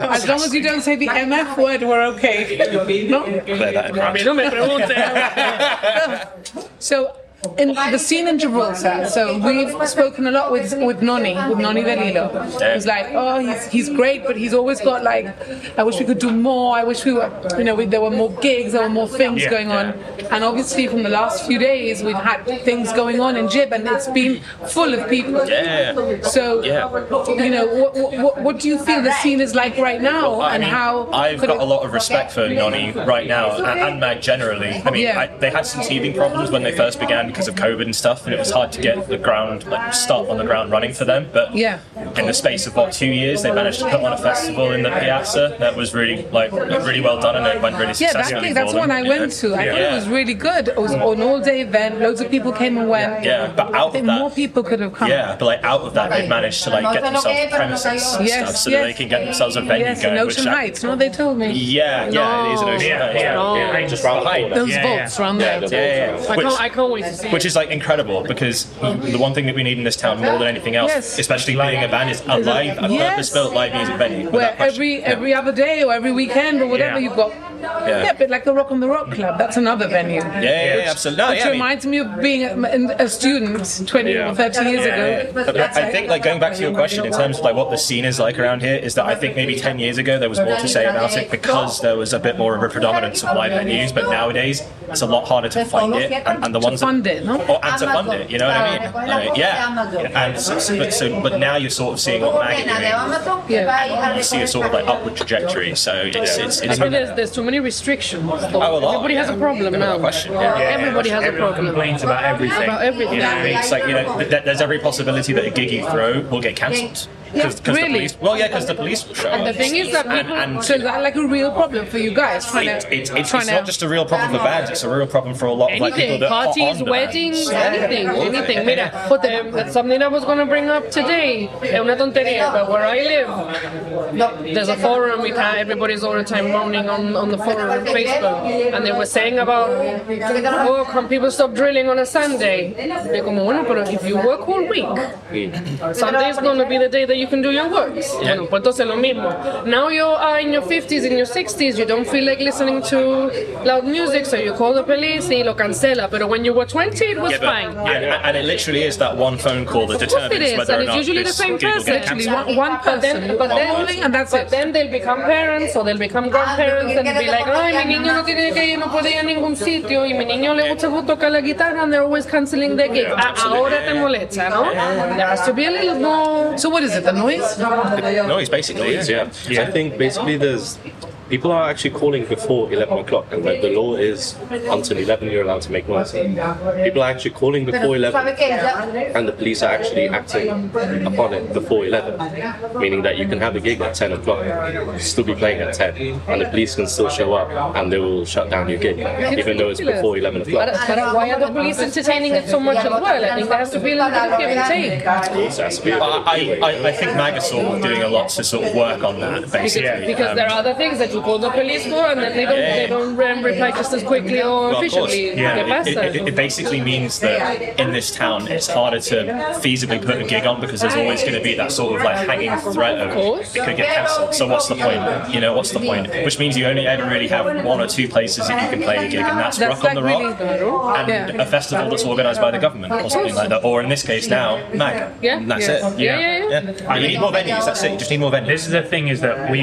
Speaker 1: As long as you don't say the MF word, we're okay. No?
Speaker 3: Bear that in mind.
Speaker 2: No me pregunte.
Speaker 1: So in the scene in Gibraltar, so we've spoken a lot with with Noni, with Noni Delilo. He's like, oh, he's he's great, but he's always got like, I wish we could do more. I wish we were, you know, we, there were more gigs, there were more things
Speaker 2: Yeah,
Speaker 1: going on. And obviously, from the last few days, we've had things going on in Jib, and it's been full of people.
Speaker 3: Yeah.
Speaker 1: So,
Speaker 3: Yeah.
Speaker 1: you know, what, what, what do you feel the scene is like right now,
Speaker 3: I
Speaker 1: and
Speaker 3: mean,
Speaker 1: how?
Speaker 3: I've
Speaker 1: could
Speaker 3: got
Speaker 1: it-
Speaker 3: a lot of respect for Noni right now and, and Mag generally. I mean,
Speaker 1: Yeah.
Speaker 3: I, they had some teething problems when they first began because of COVID and stuff, and it was hard to get the ground like start on the ground running for them. But
Speaker 1: Yeah.
Speaker 3: in the space of what two years, they managed to put on a festival in the Piazza that was really like really well done, and it went really
Speaker 1: Yeah,
Speaker 3: successfully.
Speaker 1: that thing,
Speaker 3: for
Speaker 1: that's the
Speaker 3: them,
Speaker 1: one I
Speaker 3: you know?
Speaker 1: went to. I
Speaker 3: yeah.
Speaker 1: thought it was really good. It was an all day event. Loads of people came and went.
Speaker 3: Yeah, but out
Speaker 1: I
Speaker 3: of
Speaker 1: think
Speaker 3: that-
Speaker 1: more people could have come.
Speaker 3: Yeah, but like out of that, they've managed to like get themselves premises and
Speaker 1: Yes,
Speaker 3: stuff, so
Speaker 1: yes.
Speaker 3: that they can get themselves a venue
Speaker 1: Yes,
Speaker 3: going.
Speaker 1: in
Speaker 3: which
Speaker 1: Ocean
Speaker 3: I-
Speaker 1: Heights. No, they told me.
Speaker 3: Yeah, yeah, it is an ocean.
Speaker 2: Yeah,
Speaker 3: Heights,
Speaker 2: yeah.
Speaker 3: yeah.
Speaker 2: Oh.
Speaker 3: just round the corner.
Speaker 4: Those
Speaker 2: Yeah,
Speaker 4: vaults
Speaker 2: yeah.
Speaker 4: around there.
Speaker 3: Yeah, yeah, yeah.
Speaker 4: I
Speaker 3: Which-
Speaker 1: oh,
Speaker 4: can't, I can't wait to see
Speaker 3: which is like incredible because the one thing that we need in this town more than anything else,
Speaker 1: Yes.
Speaker 3: especially being a band, is a live, a
Speaker 1: Yes.
Speaker 3: purpose-built live music venue. without
Speaker 1: Where
Speaker 3: question.
Speaker 1: every every other day or every weekend or whatever
Speaker 2: Yeah.
Speaker 1: you've got. Yeah. a bit like the Rock on the Rock Club. That's another venue.
Speaker 3: yeah, yeah, yeah, absolutely. No,
Speaker 1: Which
Speaker 3: yeah, I mean-
Speaker 1: reminds me of being a, a student 20 or 30 years ago.
Speaker 3: But I think, like going back to your question in terms of like what the scene is like around here, is that I think maybe ten years ago there was more to say about it because there was a bit more of a predominance of live venues, but nowadays it's a lot harder to find it, and, and the ones
Speaker 1: fund
Speaker 3: that,
Speaker 1: it, no?
Speaker 3: or and to fund it, you know what I mean? Like, yeah, and so, but so but now you're sort of seeing what Maggie doing.
Speaker 1: Yeah.
Speaker 3: You see a sort of like upward trajectory, so it's it's,
Speaker 4: I
Speaker 3: it's
Speaker 4: think there's, there's too many restrictions. though.
Speaker 3: Oh, a lot,
Speaker 4: Everybody has a
Speaker 3: yeah.
Speaker 4: problem
Speaker 3: No
Speaker 4: now.
Speaker 3: question, yeah.
Speaker 2: Yeah,
Speaker 4: Everybody has a
Speaker 2: everyone
Speaker 4: problem.
Speaker 2: complains about everything.
Speaker 4: About everything.
Speaker 2: You know what I mean?
Speaker 3: It's like you know, th- th- there's every possibility that a gig you throw will get cancelled. Cause, 'cause
Speaker 1: Really?
Speaker 3: The police, well, yeah, because the police will show up.
Speaker 1: The thing is that people.
Speaker 3: and-
Speaker 1: so is that like a real problem for you guys? Trying
Speaker 3: It-
Speaker 1: to,
Speaker 3: it- it's,
Speaker 1: trying
Speaker 3: it's not
Speaker 1: to-
Speaker 3: just a real problem for bands, it's a real problem for a lot of like, people
Speaker 4: Anything,
Speaker 3: that are
Speaker 1: Oh,
Speaker 3: on
Speaker 4: parties,
Speaker 3: the
Speaker 4: weddings,
Speaker 3: bands.
Speaker 4: anything, anything. Mira, um, that's something I was going to bring up today. Es una tontería, but where I live, there's a forum. We can, everybody's all the time moaning on, on the forum on Facebook, and they were saying about, oh, can people stop drilling on a Sunday? They're como, bueno, pero if you work all week, Sunday is going to be the day that you can do your works. Bueno, pues entonces lo mismo. Now you are in your 50s, in your 60s, you don't feel like listening to loud music, so you call the police y lo cancela. Pero when you were 20, it was
Speaker 3: Yeah, but-
Speaker 4: fine.
Speaker 3: and, and it literally is that one phone call that
Speaker 4: Of course
Speaker 3: determines
Speaker 4: it is,
Speaker 3: whether
Speaker 4: and
Speaker 3: or
Speaker 4: it's
Speaker 3: not
Speaker 4: usually the
Speaker 3: this
Speaker 4: same
Speaker 3: gig will
Speaker 4: person.
Speaker 3: get
Speaker 1: Actually,
Speaker 3: cancelled.
Speaker 1: one, one
Speaker 4: But
Speaker 1: person,
Speaker 4: then,
Speaker 1: one,
Speaker 4: but then,
Speaker 1: and that's
Speaker 4: but
Speaker 1: it.
Speaker 4: then they'll become parents or they'll become Ah, grandparents and be like, ay, mi niño no tiene que ir, no puede ir a ningún sitio y mi niño le gusta tocar la guitarra and they're always canceling their gig. Ah, Ahora te molesta, ¿no? There has to be a little more
Speaker 1: So what is it? The noise?
Speaker 3: Noise, basically. yeah.
Speaker 5: Yeah.
Speaker 2: Yeah.
Speaker 5: I think basically there's people are actually calling before 11 o'clock, and like the law is until 11 you're allowed to make noise. People are actually calling before 11, and the police are actually acting upon it before 11, meaning that you can have a gig at 10 o'clock, still be playing at 10, and the police can still show up and they will shut down your gig, even though it's before 11 o'clock.
Speaker 4: But uh, why are the police entertaining it so much as well? I think there has to be a little bit of give and take.
Speaker 5: So it has to be a bit
Speaker 3: But
Speaker 5: of
Speaker 3: I,
Speaker 5: leeway.
Speaker 3: I, I think MAG are sort of doing a lot to sort of work on that, basically.
Speaker 4: Because, because
Speaker 3: Um,
Speaker 4: there are other things that you call the police for and then they don't, they don't um, reply just as quickly or
Speaker 3: Well, of course,
Speaker 4: efficiently. ¿Qué
Speaker 3: yeah. It,
Speaker 4: pasa?
Speaker 3: it- it- it basically means that in this town, it's harder to feasibly put a gig on because there's always going to be that sort of like hanging threat of,
Speaker 4: course.
Speaker 3: it could get cancelled. So what's the point? You know, what's the point? Which means you only ever really have one or two places that you can play a gig, and that's,
Speaker 1: That's
Speaker 3: Rock
Speaker 1: like
Speaker 3: on the
Speaker 1: really.
Speaker 3: Rock and a festival that's organised by the government or something like that. Or in this case now, MAG.
Speaker 4: Yeah.
Speaker 3: And that's
Speaker 1: Yes.
Speaker 3: it. you
Speaker 4: Yeah,
Speaker 3: know?
Speaker 4: yeah, yeah.
Speaker 3: And you need more venues. That's it. You just need more venues.
Speaker 2: This is the thing is that we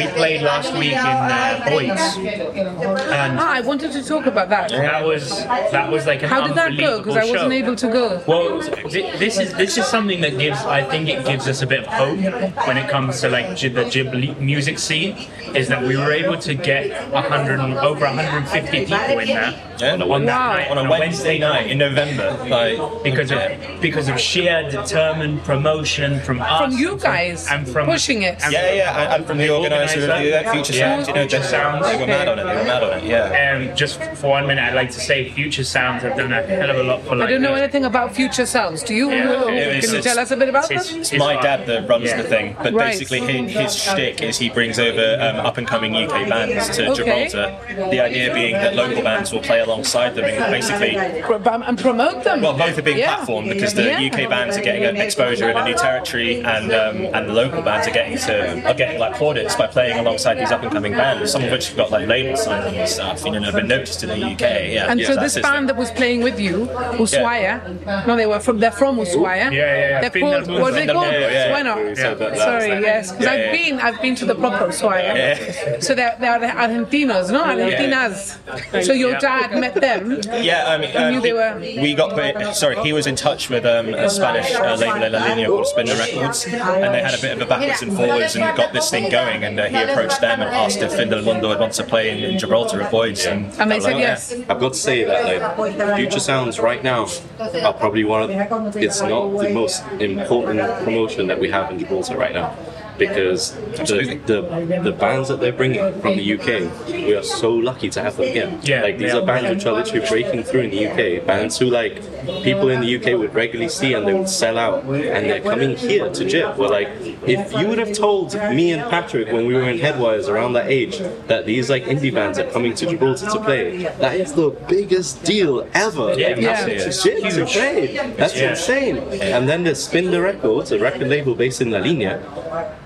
Speaker 2: we played last week in uh, Boyd's and
Speaker 1: Ah, I wanted to talk about that.
Speaker 2: that was that was like an
Speaker 1: How did that go? Because I
Speaker 2: unbelievable
Speaker 1: wasn't
Speaker 2: show.
Speaker 1: able to go.
Speaker 2: Well, th- this is this is something that gives. I think it gives us a bit of hope when it comes to like Ghib- the Ghibli music scene. Is that we were able to get 100 and- over 150 people in there
Speaker 3: Yeah.
Speaker 5: on a Wednesday.
Speaker 1: Wow.
Speaker 2: night,
Speaker 3: on a Wednesday night in November. Like
Speaker 2: because of because of sheer determined promotion from us,
Speaker 1: From you
Speaker 2: and
Speaker 1: guys,
Speaker 2: and from
Speaker 1: pushing it.
Speaker 2: and
Speaker 3: yeah, yeah, and, and from the organizer,
Speaker 2: organiser.
Speaker 3: yeah, Future Sound, you know,
Speaker 2: Future
Speaker 3: just
Speaker 2: Sound.
Speaker 3: they were mad on it. They were mad on it. Yeah.
Speaker 2: Um, just for one minute, I'd like to say Future Sounds have done a hell of a lot for like.
Speaker 1: I don't know
Speaker 2: uh,
Speaker 1: anything about future sounds. Do you? know?
Speaker 3: it is-
Speaker 1: Can you
Speaker 3: it's-
Speaker 1: tell us a bit about
Speaker 2: it's-
Speaker 1: them?
Speaker 3: It's my dad that runs
Speaker 2: Yeah.
Speaker 3: the thing, but
Speaker 1: Right.
Speaker 3: basically his, his shtick is he brings over um, up and coming UK bands to
Speaker 1: Okay.
Speaker 3: Gibraltar. The idea being that local bands will play alongside them and basically
Speaker 1: Pro- bam- And promote them.
Speaker 3: Well, both are being
Speaker 1: Yeah.
Speaker 3: platformed because the
Speaker 1: Yeah.
Speaker 3: UK bands are getting an exposure in a new territory, and um, and the local bands are getting to are getting like plaudits by playing alongside these up and coming bands, some of which have got like labels signed on and stuff, you know, and have been noticed in the UK. Yeah.
Speaker 1: And so
Speaker 3: that's
Speaker 1: this
Speaker 3: his
Speaker 1: band
Speaker 3: thing.
Speaker 1: that was playing with you, Ushuaia, no, they were from, they're from Ushuaia.
Speaker 2: Yeah, yeah, yeah.
Speaker 1: They're
Speaker 2: Fin
Speaker 1: called,
Speaker 2: Nalbun.
Speaker 1: what are they
Speaker 2: Fin
Speaker 1: called?
Speaker 3: Nalbun, yeah, yeah.
Speaker 1: Ushuaia.
Speaker 2: Yeah.
Speaker 1: Sorry, yes, because
Speaker 3: Yeah,
Speaker 1: I've
Speaker 3: yeah.
Speaker 1: been, I've been to the proper Ushuaia.
Speaker 3: Yeah.
Speaker 1: So they're, they're the Argentinos, no? Argentinas. So your dad met them.
Speaker 3: Yeah, I mean,
Speaker 1: knew
Speaker 3: um,
Speaker 1: they
Speaker 3: he-
Speaker 1: were-
Speaker 3: we got put, sorry. He was in touch with um, a Spanish uh, label, La Linea, called Spinner Records, and they had a bit of a backwards and forwards and got this thing going. And uh, he approached them and asked if Findel Mundo would want to play in, in Gibraltar at Boyd's, and,
Speaker 1: And they
Speaker 3: they're
Speaker 1: said
Speaker 3: like,
Speaker 1: yes.
Speaker 5: I've got to say that like Future Sounds right now are probably one of it's not the most important promotion that we have in Gibraltar right now because the, the the bands that they're bringing from the UK we are so lucky to have them here
Speaker 2: Yeah,
Speaker 5: like these
Speaker 2: yeah.
Speaker 5: are bands which are literally breaking through in the UK bands who like people in the UK would regularly see and they would sell out and they're coming here to Jib we're like if you would have told me and Patrick when we were in Headwires around that age that these like indie bands are coming to Gibraltar to play that is the biggest deal ever
Speaker 3: Yeah,
Speaker 5: like,
Speaker 3: yeah.
Speaker 5: that's legit to play. That's
Speaker 2: Yeah.
Speaker 5: insane. And then there's Spin the Records, a record label based in La Linea,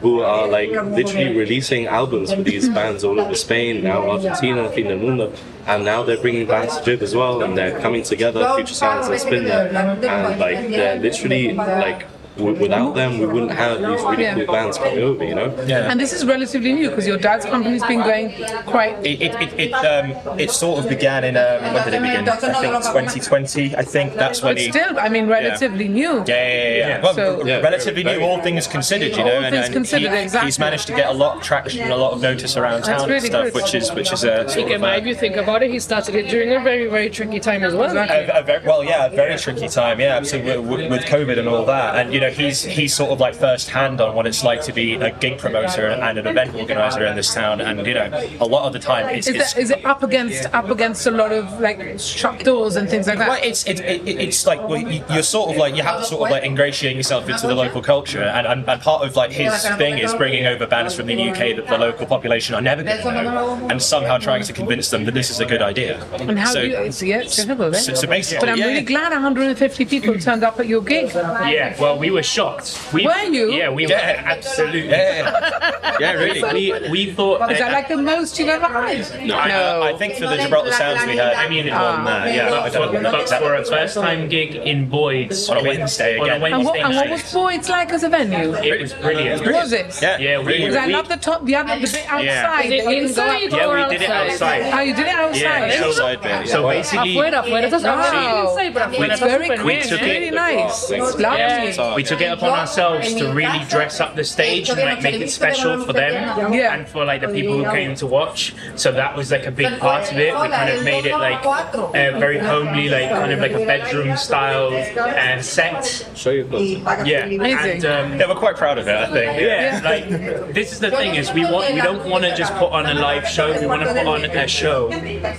Speaker 5: who are like literally releasing albums for these bands all over Spain, now Argentina, Fin del Mundo. And now they're bringing bands to Jib as well, and they're coming together, Future Sounds and Spin there. And like, they're literally like, w- without them, we wouldn't have these really
Speaker 1: Yeah.
Speaker 5: cool bands coming over, you know?
Speaker 3: yeah.
Speaker 1: And this is relatively new because your dad's company's been going quite.
Speaker 3: It, it, it, it, um, it sort of began in, um, when did it begin? I think 2020. I think that's when
Speaker 1: But
Speaker 3: he.
Speaker 1: still, I mean, relatively new.
Speaker 3: Yeah, yeah, yeah. yeah. Well,
Speaker 1: So-
Speaker 3: r- relatively new, all things considered, you know,
Speaker 1: All
Speaker 3: and,
Speaker 1: things
Speaker 3: and
Speaker 1: considered,
Speaker 3: he,
Speaker 1: exactly.
Speaker 3: he's managed to get a lot of traction and a lot of notice around
Speaker 1: That's
Speaker 3: town
Speaker 1: really
Speaker 3: and stuff,
Speaker 1: good.
Speaker 3: which is which is a sort of uh,
Speaker 4: Gemma, if
Speaker 3: a,
Speaker 4: you think about it, he started it during a very, very tricky time as well.
Speaker 3: a, a very, well, yeah, a very tricky time, yeah, absolutely, with, with COVID and all that, and you know, he's he's sort of like first hand on what it's like to be a gig promoter and an event organizer in this town, and you know, a lot of the time it's,
Speaker 1: Is,
Speaker 3: it's
Speaker 1: that, is it up against up against a lot of like shop doors and things like that?
Speaker 3: Well, it's it, it, it- it's like well, you- you're sort of like you have to sort of like ingratiate yourself into the local culture, and, and, and part of like his thing is bringing over bands from the UK that the local population are never going to know, and somehow trying to convince them that this is a good idea.
Speaker 1: And how
Speaker 3: so,
Speaker 1: do you, it's, yeah, it's difficult, eh?
Speaker 3: so, so basically,
Speaker 1: but I'm
Speaker 3: yeah,
Speaker 1: really glad 150 people turned up at your gig.
Speaker 2: Yeah, well, we were shocked. We,
Speaker 1: Were you?
Speaker 2: Yeah, we
Speaker 3: Yeah.
Speaker 2: were absolutely.
Speaker 3: yeah, yeah, really.
Speaker 2: We, we thought.
Speaker 1: Is that like the most you've ever had? No.
Speaker 3: I, I think for the Gibraltar Sounds we had, I
Speaker 1: Ah,
Speaker 3: mean, more than that. Yeah, I
Speaker 2: But
Speaker 3: don't
Speaker 2: for,
Speaker 3: know
Speaker 2: but for
Speaker 3: exactly.
Speaker 2: a first time gig in Boyd's
Speaker 1: Oh,
Speaker 3: On a
Speaker 2: we-
Speaker 3: Wednesday
Speaker 2: on a
Speaker 3: again.
Speaker 2: Wednesday
Speaker 1: and, what, and what
Speaker 2: night,
Speaker 1: was Boyd's like as a venue?
Speaker 2: it was brilliant.
Speaker 1: Was it?
Speaker 3: Yeah,
Speaker 2: Yeah, we-
Speaker 1: Because
Speaker 3: really.
Speaker 1: I love the top, the other, the bit outside.
Speaker 4: Is
Speaker 1: that
Speaker 4: it
Speaker 1: you can go up-
Speaker 4: inside
Speaker 2: Yeah,
Speaker 4: or
Speaker 2: we did it outside.
Speaker 1: Oh, you did it outside.
Speaker 2: Yeah,
Speaker 1: It's
Speaker 3: Outside bit,
Speaker 2: So
Speaker 3: yeah.
Speaker 2: basically,
Speaker 4: Afuera, afuera, estás
Speaker 1: Wow.
Speaker 4: inside, pero afuera
Speaker 2: We-
Speaker 4: está
Speaker 1: very
Speaker 4: súper
Speaker 1: cool.
Speaker 2: we
Speaker 4: bien,
Speaker 1: It's
Speaker 2: took
Speaker 4: ¿eh?
Speaker 2: it.
Speaker 1: really nice. It's lovely.
Speaker 2: We took it upon ourselves to really dress up the stage and like make it special for them
Speaker 1: Yeah.
Speaker 2: and for like the people who came to watch. So that was like a big part of it. We kind of made it like uh, very homely, like kind of like a bedroom style uh, set.
Speaker 5: Show your clothes.
Speaker 2: Yeah,
Speaker 1: Amazing.
Speaker 2: and um,
Speaker 3: Yeah, we're quite proud of it, I think.
Speaker 2: yeah, like this is the thing is we want we don't want to just put on a live show. We want to put on a show.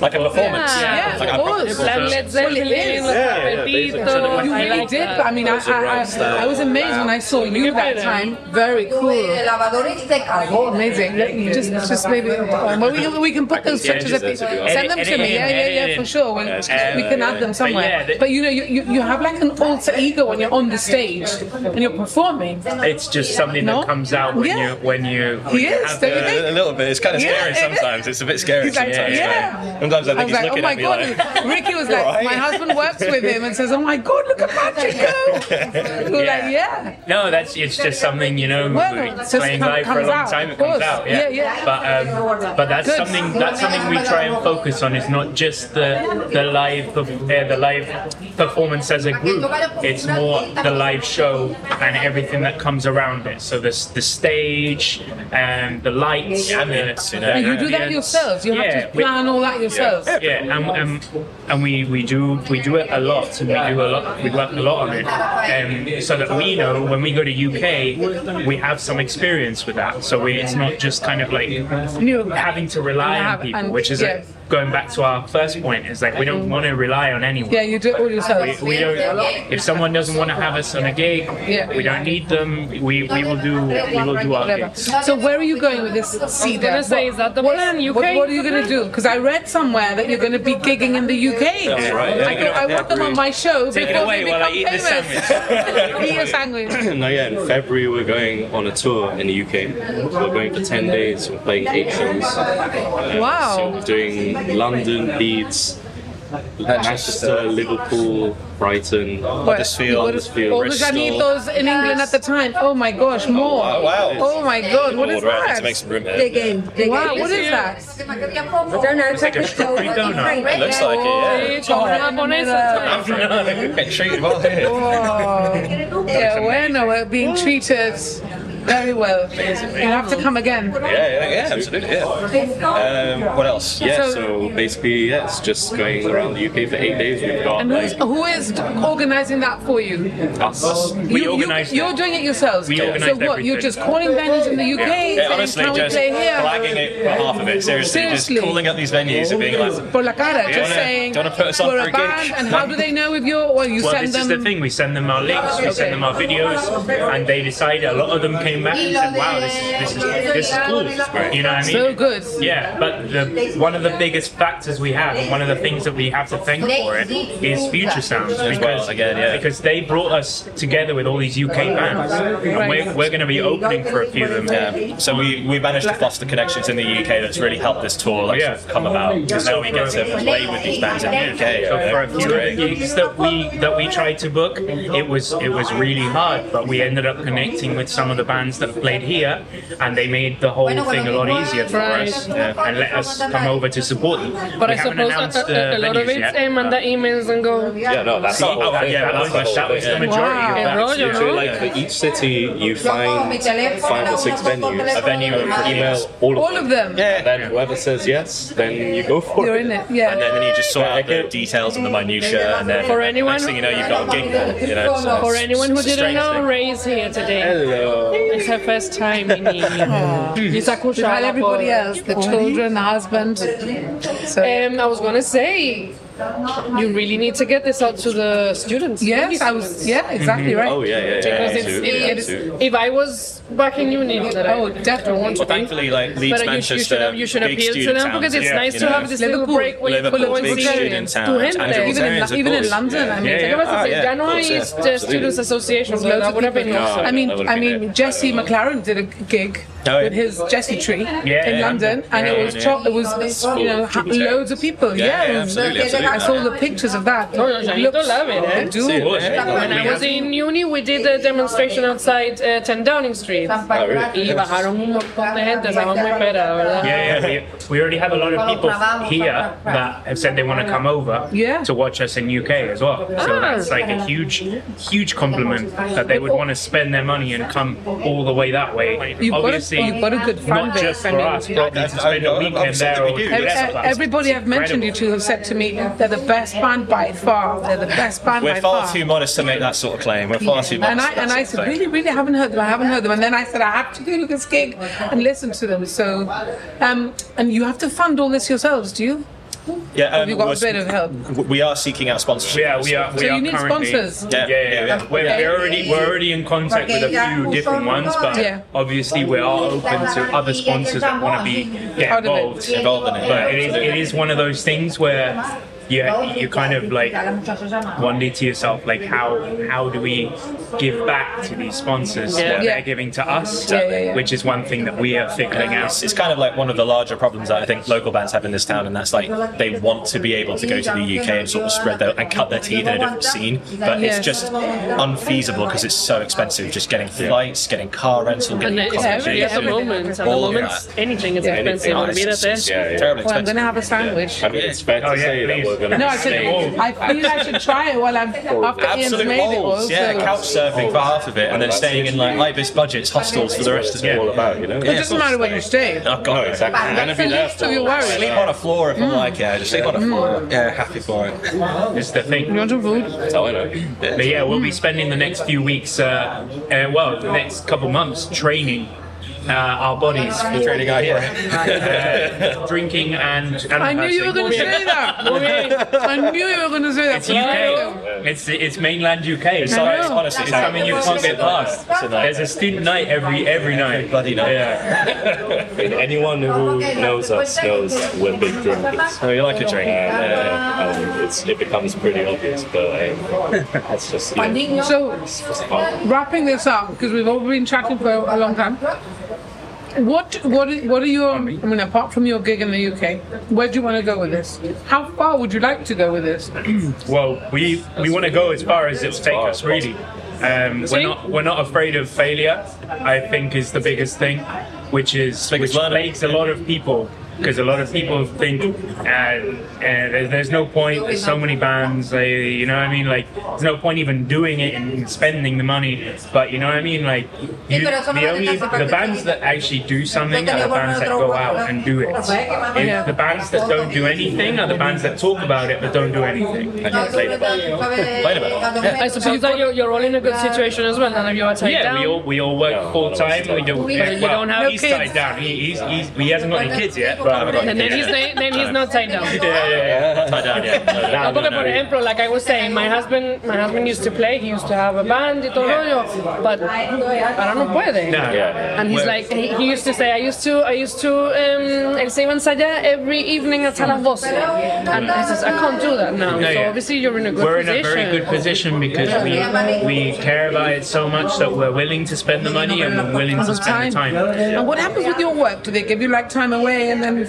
Speaker 3: Like a performance.
Speaker 1: Yeah,
Speaker 3: Like a
Speaker 1: of course.
Speaker 3: performance.
Speaker 4: Plan
Speaker 1: Well,
Speaker 4: Led
Speaker 1: it
Speaker 4: Zeppelin, Los
Speaker 1: is.
Speaker 4: Papelitos,
Speaker 1: You
Speaker 4: I
Speaker 1: really
Speaker 4: like
Speaker 1: did,
Speaker 4: that.
Speaker 1: but I mean, I, I, I, I was amazed when I saw you that time. Very cool. Amazing. Let me just, just maybe. Um, well, we, can- we can put those
Speaker 5: edit
Speaker 1: pictures. Up.
Speaker 5: this if you want.
Speaker 1: Send them
Speaker 2: Edit-
Speaker 1: to me.
Speaker 2: edit
Speaker 1: Yeah,
Speaker 2: in,
Speaker 1: yeah,
Speaker 2: edit
Speaker 1: yeah,
Speaker 2: in.
Speaker 1: for sure. When
Speaker 5: Yes,
Speaker 1: we can add them somewhere.
Speaker 2: yeah,
Speaker 1: But,
Speaker 2: the-
Speaker 1: you know, you, you, you have like an alter ego when you're on the stage and you're performing.
Speaker 2: It's just something
Speaker 1: No?
Speaker 2: that comes out when
Speaker 1: Yeah.
Speaker 2: you when you.
Speaker 1: He is, don't you think?
Speaker 3: Yeah, a little bit. It's kind of
Speaker 1: Yeah,
Speaker 3: scary
Speaker 1: it is.
Speaker 3: sometimes. It's a bit scary
Speaker 1: He's like,
Speaker 3: sometimes.
Speaker 1: yeah.
Speaker 3: like, Sometimes I think
Speaker 1: I was
Speaker 3: he's
Speaker 1: like, oh
Speaker 3: looking
Speaker 1: my
Speaker 3: at me
Speaker 1: god.
Speaker 3: like.
Speaker 1: Ricky was like,
Speaker 3: Right.
Speaker 1: my husband works with him and says, oh my god, look at Patrick go. We were like,
Speaker 2: yeah.
Speaker 1: yeah.
Speaker 2: No, that's it's just something you know.
Speaker 1: Well,
Speaker 2: it's
Speaker 1: so it
Speaker 2: playing
Speaker 1: come-
Speaker 2: live for a
Speaker 1: comes
Speaker 2: long
Speaker 1: out,
Speaker 2: time,
Speaker 1: of
Speaker 2: it comes
Speaker 1: course.
Speaker 2: out. Yeah,
Speaker 1: Yeah, yeah.
Speaker 2: But um, but that's
Speaker 1: Good.
Speaker 2: something that's something we try and focus on. It's not just the the live perf- uh, the live performance as a group. It's more the live show and everything that comes around it. So the the stage and the lights and the,
Speaker 3: you know. And
Speaker 1: You do that
Speaker 2: ambience.
Speaker 1: yourselves. You
Speaker 2: yeah,
Speaker 1: have to
Speaker 2: we-
Speaker 1: plan all that yourselves.
Speaker 2: yeah, and, and, and we, we do we do it a lot, and we do a lot. We work a lot on it, um, so that we know when we go to UK, we have some experience with that. So we, it's not just kind of like
Speaker 1: New.
Speaker 2: having to
Speaker 1: And
Speaker 2: rely on
Speaker 1: have-
Speaker 2: people,
Speaker 1: and-
Speaker 2: which is
Speaker 1: yeah.
Speaker 2: like going back to our first point. Is like we don't want to rely on anyone.
Speaker 1: Yeah, you do it all
Speaker 2: We,
Speaker 1: yourselves.
Speaker 2: we don't. If someone doesn't want to have us on a gig,
Speaker 1: Yeah.
Speaker 2: we don't need them. We, we will do we will do our
Speaker 1: Whatever.
Speaker 2: gigs.
Speaker 1: So where are you going with this cedar?
Speaker 4: gonna say, is that the
Speaker 1: what's-
Speaker 4: plan,
Speaker 1: What,
Speaker 4: UK?
Speaker 1: what are you going to do? Because I read somewhere that you're going to be gigging in the UK.
Speaker 5: That's right, yeah.
Speaker 1: I, thought I want them on my show
Speaker 2: Take it
Speaker 1: before
Speaker 2: away
Speaker 1: they
Speaker 2: while I
Speaker 1: become
Speaker 2: eat this
Speaker 1: famous. eat your sandwich.
Speaker 5: No, yeah, in February we're going on a tour in the UK. We're going for 10 days, we're playing eight shows. Uh,
Speaker 1: Wow.
Speaker 5: So we're doing London, Leeds, Manchester, Liverpool, Brighton,
Speaker 3: Huddersfield.
Speaker 1: What-
Speaker 5: Huddersfield,
Speaker 1: All the
Speaker 5: Bristol.
Speaker 1: Zanitos in England at the time. Oh my gosh, more.
Speaker 5: wow,
Speaker 3: wow.
Speaker 1: Oh my god, what is
Speaker 3: Order out, need
Speaker 1: that?
Speaker 3: to make some room here.
Speaker 8: Dig in, dig
Speaker 1: Wow,
Speaker 8: in.
Speaker 1: what is that?
Speaker 8: I don't know.
Speaker 2: like a strawberry donut.
Speaker 3: It looks like it,
Speaker 4: Hey, chocolate japonesa.
Speaker 3: yeah. Get treated well here.
Speaker 1: Yeah, bueno, we're being treated very well. You'll have to come again.
Speaker 3: Yeah, yeah, yeah, absolutely. Yeah. Um, what else? Yeah.
Speaker 5: Yeah,
Speaker 1: So-
Speaker 5: so, basically, yeah, it's just going around the UK for eight days. We've got
Speaker 1: And who's,
Speaker 5: like
Speaker 1: who is organising that for you?
Speaker 5: us.
Speaker 2: We
Speaker 1: you,
Speaker 2: organised
Speaker 1: you,
Speaker 2: it.
Speaker 1: are doing it yourselves.
Speaker 2: We
Speaker 1: so
Speaker 2: organised
Speaker 1: what? You're
Speaker 2: everything.
Speaker 1: just calling venues in the UK,
Speaker 3: Yeah,
Speaker 1: saying,
Speaker 3: honestly,
Speaker 1: "Can we
Speaker 3: just
Speaker 1: play here?"
Speaker 3: flagging it for half of it. Seriously,
Speaker 1: Seriously.
Speaker 3: just calling up these venues and being like,
Speaker 1: Por la cara, just
Speaker 3: wanna-
Speaker 1: saying.
Speaker 3: do you wanna put us on
Speaker 1: we're
Speaker 3: for
Speaker 1: a
Speaker 3: a
Speaker 1: band,
Speaker 3: gig?
Speaker 1: and how do they know if you're? Well, you
Speaker 2: Well,
Speaker 1: send
Speaker 2: this
Speaker 1: them.
Speaker 2: is the thing. We send them our links, we send them our videos, and they decide. A lot of them came back and said, "Wow, this is this is this is cool." You know what I mean?
Speaker 1: So good.
Speaker 2: Yeah, but the, one of the biggest factors we have, and one of the things that we have to thank for it, is Future Sounds because
Speaker 3: again, yeah.
Speaker 2: because they brought us together with all these UK bands, and we're, we're going to be opening for a few of them.
Speaker 3: yeah. So we, we managed to foster connections in the UK that's really helped this tour like,
Speaker 2: Yeah.
Speaker 3: come about. Because now we get to play with these bands in the UK.
Speaker 2: So
Speaker 3: yeah,
Speaker 2: for a
Speaker 3: it's
Speaker 2: few of
Speaker 3: great.
Speaker 2: the gigs that we that we tried to book, it was it was really hard, but we ended up connecting with some of the bands that played here, and they made the whole thing a lot easier for
Speaker 4: Right.
Speaker 2: us yeah, and let us come over to support them.
Speaker 4: But
Speaker 2: we
Speaker 4: I
Speaker 2: haven't
Speaker 4: suppose
Speaker 2: announced
Speaker 4: a, a, a
Speaker 1: uh,
Speaker 2: the
Speaker 4: lot of
Speaker 2: venues
Speaker 4: it's
Speaker 2: yet.
Speaker 4: aim at the emails and go.
Speaker 5: Yeah, no, that's the
Speaker 2: Oh,
Speaker 5: whole
Speaker 2: that,
Speaker 5: thing.
Speaker 2: yeah, that
Speaker 5: That's
Speaker 2: was,
Speaker 5: the whole
Speaker 2: that was
Speaker 5: thing,
Speaker 2: the majority
Speaker 1: Wow.
Speaker 2: of that.
Speaker 4: Enroll your
Speaker 5: yeah. So, like, for each city, you find five or six venues.
Speaker 8: A venue
Speaker 5: and email all of
Speaker 1: All of them.
Speaker 5: And then whoever says yes, then you go for
Speaker 1: You're
Speaker 5: it.
Speaker 1: in it. Yeah.
Speaker 3: And then, then you just sort out the details and the minutia, and then
Speaker 4: For anyone
Speaker 3: next thing you know,
Speaker 4: who-
Speaker 3: you've got a gig. You know, so
Speaker 4: For
Speaker 3: it's-
Speaker 4: anyone who
Speaker 3: it's a
Speaker 4: didn't
Speaker 3: strange
Speaker 4: know,
Speaker 3: thing.
Speaker 4: Ray's here today.
Speaker 5: Hello.
Speaker 4: It's her first time in England. It's a cool
Speaker 1: Tell
Speaker 4: shout-out
Speaker 1: everybody
Speaker 4: for-
Speaker 1: else, the children, the husband. So
Speaker 4: Um, I was gonna say, you really need to get this out to the students.
Speaker 1: yes,
Speaker 4: uni
Speaker 1: I was.
Speaker 4: students.
Speaker 1: Yeah, exactly right.
Speaker 5: Oh, yeah, yeah, yeah.
Speaker 4: Because it's-
Speaker 5: absolutely,
Speaker 4: it-
Speaker 5: absolutely.
Speaker 4: If I was back in uni, that I
Speaker 1: Oh,
Speaker 4: would
Speaker 1: definitely.
Speaker 4: want to
Speaker 3: Well,
Speaker 4: be.
Speaker 3: thankfully, like Leeds,
Speaker 4: But you- you should-
Speaker 3: Manchester,
Speaker 4: you should
Speaker 3: big
Speaker 4: appeal to
Speaker 3: student
Speaker 4: them because
Speaker 3: towns,
Speaker 4: it's
Speaker 3: yeah,
Speaker 4: nice
Speaker 3: you
Speaker 4: to
Speaker 3: know.
Speaker 4: have this little
Speaker 1: Liverpool,
Speaker 4: break where you
Speaker 3: Liverpool,
Speaker 4: go and
Speaker 3: big
Speaker 4: see
Speaker 3: student
Speaker 4: to
Speaker 3: towns,
Speaker 4: Henley.
Speaker 3: Anglo-
Speaker 1: Even in,
Speaker 3: Yes, of
Speaker 1: even in
Speaker 3: course.
Speaker 1: London, I mean,
Speaker 3: Yeah,
Speaker 4: There was
Speaker 3: Ah,
Speaker 4: a
Speaker 3: yeah, of
Speaker 4: January
Speaker 3: course, yeah.
Speaker 4: is the Students Association,
Speaker 1: There's
Speaker 4: but
Speaker 1: loads
Speaker 4: that
Speaker 1: of
Speaker 4: would have been
Speaker 1: people.
Speaker 5: awesome.
Speaker 3: Ah.
Speaker 1: I mean,
Speaker 5: That would've
Speaker 1: I
Speaker 5: been
Speaker 1: mean,
Speaker 5: it.
Speaker 1: Jesse McLaren did a gig
Speaker 3: Oh, yeah.
Speaker 1: with his Jesse tree
Speaker 2: Yeah,
Speaker 1: in
Speaker 2: yeah.
Speaker 1: London, and it
Speaker 2: Yeah,
Speaker 1: was
Speaker 2: yeah.
Speaker 1: cho- it was you know ha- loads of people. Yeah,
Speaker 3: yeah,
Speaker 1: it was-
Speaker 3: absolutely, absolutely.
Speaker 1: I saw the pictures of that.
Speaker 4: Oh, yeah,
Speaker 1: It looks-
Speaker 4: Janito love it, eh?
Speaker 1: I do.
Speaker 5: See,
Speaker 2: was.
Speaker 5: yeah.
Speaker 4: When I was in uni, we did a demonstration outside uh, 10 Downing Street. Y bajaron un montón de gente, estaban muy pera, ¿verdad?
Speaker 2: Yeah, yeah. We, we already have a lot of people here that have said they want to come over
Speaker 1: Yeah. Ah.
Speaker 2: to watch us in UK as well. So that's like a huge, huge compliment that they would want to spend their money and come all the way that way.
Speaker 1: You've got, a,
Speaker 2: Obviously,
Speaker 1: you've got a good fan
Speaker 2: not
Speaker 1: base.
Speaker 2: just
Speaker 1: I
Speaker 2: for
Speaker 1: mean,
Speaker 2: us, probably to spend a weekend there or two
Speaker 1: ev-
Speaker 2: days
Speaker 1: ev-
Speaker 2: with us.
Speaker 1: everybody I've mentioned you
Speaker 2: incredible.
Speaker 1: to have said to me, they're the best band by far. They're the best band by
Speaker 3: We're
Speaker 1: far.
Speaker 3: far too modest to make that sort of claim. We're far too modest.
Speaker 1: and I
Speaker 3: for
Speaker 1: and
Speaker 3: that
Speaker 1: I
Speaker 3: sort
Speaker 1: said,
Speaker 3: of thing.
Speaker 1: really, really haven't heard them. I haven't heard them. And then I said, I have to go to this gig and listen to them. So, um, and you have to fund all this yourselves, do you?
Speaker 3: Yeah, um,
Speaker 1: Have you got a
Speaker 3: we're-
Speaker 1: bit of help?
Speaker 3: We are seeking out sponsorship.
Speaker 2: Yeah, we are. We
Speaker 1: So
Speaker 2: are
Speaker 1: you need
Speaker 2: currently,
Speaker 1: sponsors?
Speaker 2: Yeah, yeah, yeah.
Speaker 3: Yeah.
Speaker 2: We're,
Speaker 3: Yeah.
Speaker 2: we're already we're already in contact with a few different ones, but
Speaker 1: Yeah.
Speaker 2: obviously we are open to other sponsors that want to be get
Speaker 1: Out of it.
Speaker 2: involved.
Speaker 3: Involved in it.
Speaker 2: But it is, it is one of those things where you you kind of like wonder to yourself like how how do we give back to these sponsors
Speaker 4: Yeah.
Speaker 2: what
Speaker 1: Yeah.
Speaker 2: they're giving to us,
Speaker 1: Yeah, yeah, yeah.
Speaker 2: which is one thing that we are figuring out.
Speaker 3: It's, it's kind of like one of the larger problems that I think local bands have in this town, and that's like they want to be able to go to the UK and sort of spread their and cut their teeth in a different scene, but
Speaker 1: Yes.
Speaker 3: it's just unfeasible because it's so expensive. Just getting flights, getting car rental,
Speaker 4: And
Speaker 3: getting
Speaker 4: it's
Speaker 1: every-
Speaker 4: every, at the
Speaker 1: everything.
Speaker 4: moment, at the
Speaker 3: All of
Speaker 4: moment,
Speaker 3: that.
Speaker 4: anything is expensive.
Speaker 3: Oh,
Speaker 4: I'll
Speaker 3: it's-
Speaker 4: be that
Speaker 3: it's-
Speaker 4: there.
Speaker 3: it's
Speaker 5: Yeah, yeah.
Speaker 3: Terribly
Speaker 1: Well, I'm
Speaker 3: expensive.
Speaker 1: going to have a sandwich.
Speaker 5: I mean, it's fair to
Speaker 2: Oh, yeah,
Speaker 5: say
Speaker 2: please.
Speaker 5: that we're going to
Speaker 1: No, I
Speaker 5: stay.
Speaker 1: said I feel I should try it while I'm after Ian's
Speaker 3: Absolute
Speaker 1: made it.
Speaker 3: holes,
Speaker 1: Also.
Speaker 3: yeah, couch surfing for half of it, and then
Speaker 5: That's
Speaker 3: staying in like ibis budgets hostels for the rest of the
Speaker 5: all
Speaker 3: year.
Speaker 5: about, you know?
Speaker 1: It doesn't matter where you stay.
Speaker 3: Oh
Speaker 5: No,
Speaker 3: god, no.
Speaker 5: exactly. And
Speaker 1: That's
Speaker 5: if
Speaker 1: the
Speaker 5: you left
Speaker 1: least of
Speaker 5: all-
Speaker 1: your worries.
Speaker 3: Sleep on a floor if I
Speaker 4: Mm.
Speaker 3: like it. Just sleep on a floor. Yeah, happy for
Speaker 4: Oh,
Speaker 3: it.
Speaker 2: It's the thing.
Speaker 1: You want some food?
Speaker 5: That's how I know.
Speaker 2: But yeah, we'll be spending the next few weeks, uh, uh, well, the next couple months training uh, our bodies for
Speaker 3: Training out
Speaker 2: uh, drinking and. and
Speaker 1: I knew you were going to
Speaker 2: rehearsing.
Speaker 1: say that. I knew you were going to say that.
Speaker 2: It's UK. It's it's mainland UK. It's,
Speaker 1: I
Speaker 2: like-
Speaker 1: know.
Speaker 2: it's honestly it's something you can't get past. There's a student night every every night.
Speaker 3: Bloody night.
Speaker 2: Yeah.
Speaker 5: Anyone who knows us knows we're big drinkers.
Speaker 3: Oh, you like a drink?
Speaker 5: And, uh, and it's, it becomes pretty obvious, but um, that's just you know,
Speaker 1: So,
Speaker 5: it's part.
Speaker 1: wrapping this up because we've all been chatting for a long time. What what are- what are your? I mean, apart from your gig in the UK, where do you want to go with this? How far would you like to go with this?
Speaker 2: Well, we we want to go as far as it'll take us, really. Um, we're not we're not afraid of failure. I think is the biggest thing, which is which
Speaker 3: biggest learning.
Speaker 2: plagues a lot of people because a lot of people think uh, uh, there's, there's no point. There's so many bands. They, you know what I mean? Like there's no point even doing it and spending the money. But you know what I mean? Like you, the only the bands that actually do something are the bands that go out and do it. If The bands that don't do anything are the bands that talk about it but don't do anything.
Speaker 3: I can play the ball. Play the ball. Yeah.
Speaker 4: I suppose that you're, you're all in a good situation as well. None of you are tied
Speaker 2: Yeah,
Speaker 4: down.
Speaker 2: we all we all work
Speaker 5: No,
Speaker 2: full
Speaker 5: otherwise
Speaker 2: time. We do.
Speaker 5: it's
Speaker 2: yeah,
Speaker 4: you
Speaker 2: well,
Speaker 4: don't have
Speaker 2: he's
Speaker 1: kids.
Speaker 2: tied down. He, he's, he's, he hasn't got any kids yet.
Speaker 3: I haven't
Speaker 2: But
Speaker 3: got any
Speaker 4: and then
Speaker 3: kids
Speaker 4: he's,
Speaker 3: yet.
Speaker 4: then he's not tied down.
Speaker 2: yeah, yeah, yeah.
Speaker 3: Tie down, yeah.
Speaker 4: Uh, but about Emperor, like I was saying, my husband, my husband used to play. He used to have a band, y todo rollo, but ahora no puede.
Speaker 2: No.
Speaker 5: Yeah.
Speaker 4: And he's like, he, he used to say, I used to, I used to, um, él se iba a ensayar every evening hasta las 12. And he says, I can't do that now.
Speaker 2: No,
Speaker 4: so
Speaker 2: yeah.
Speaker 4: obviously you're in a good
Speaker 2: We're in
Speaker 4: position.
Speaker 2: a very good position because we we care about it so much that we're willing to spend the money and we're willing to spend the time.
Speaker 1: And what happens with your work? Do they give you like time away and then you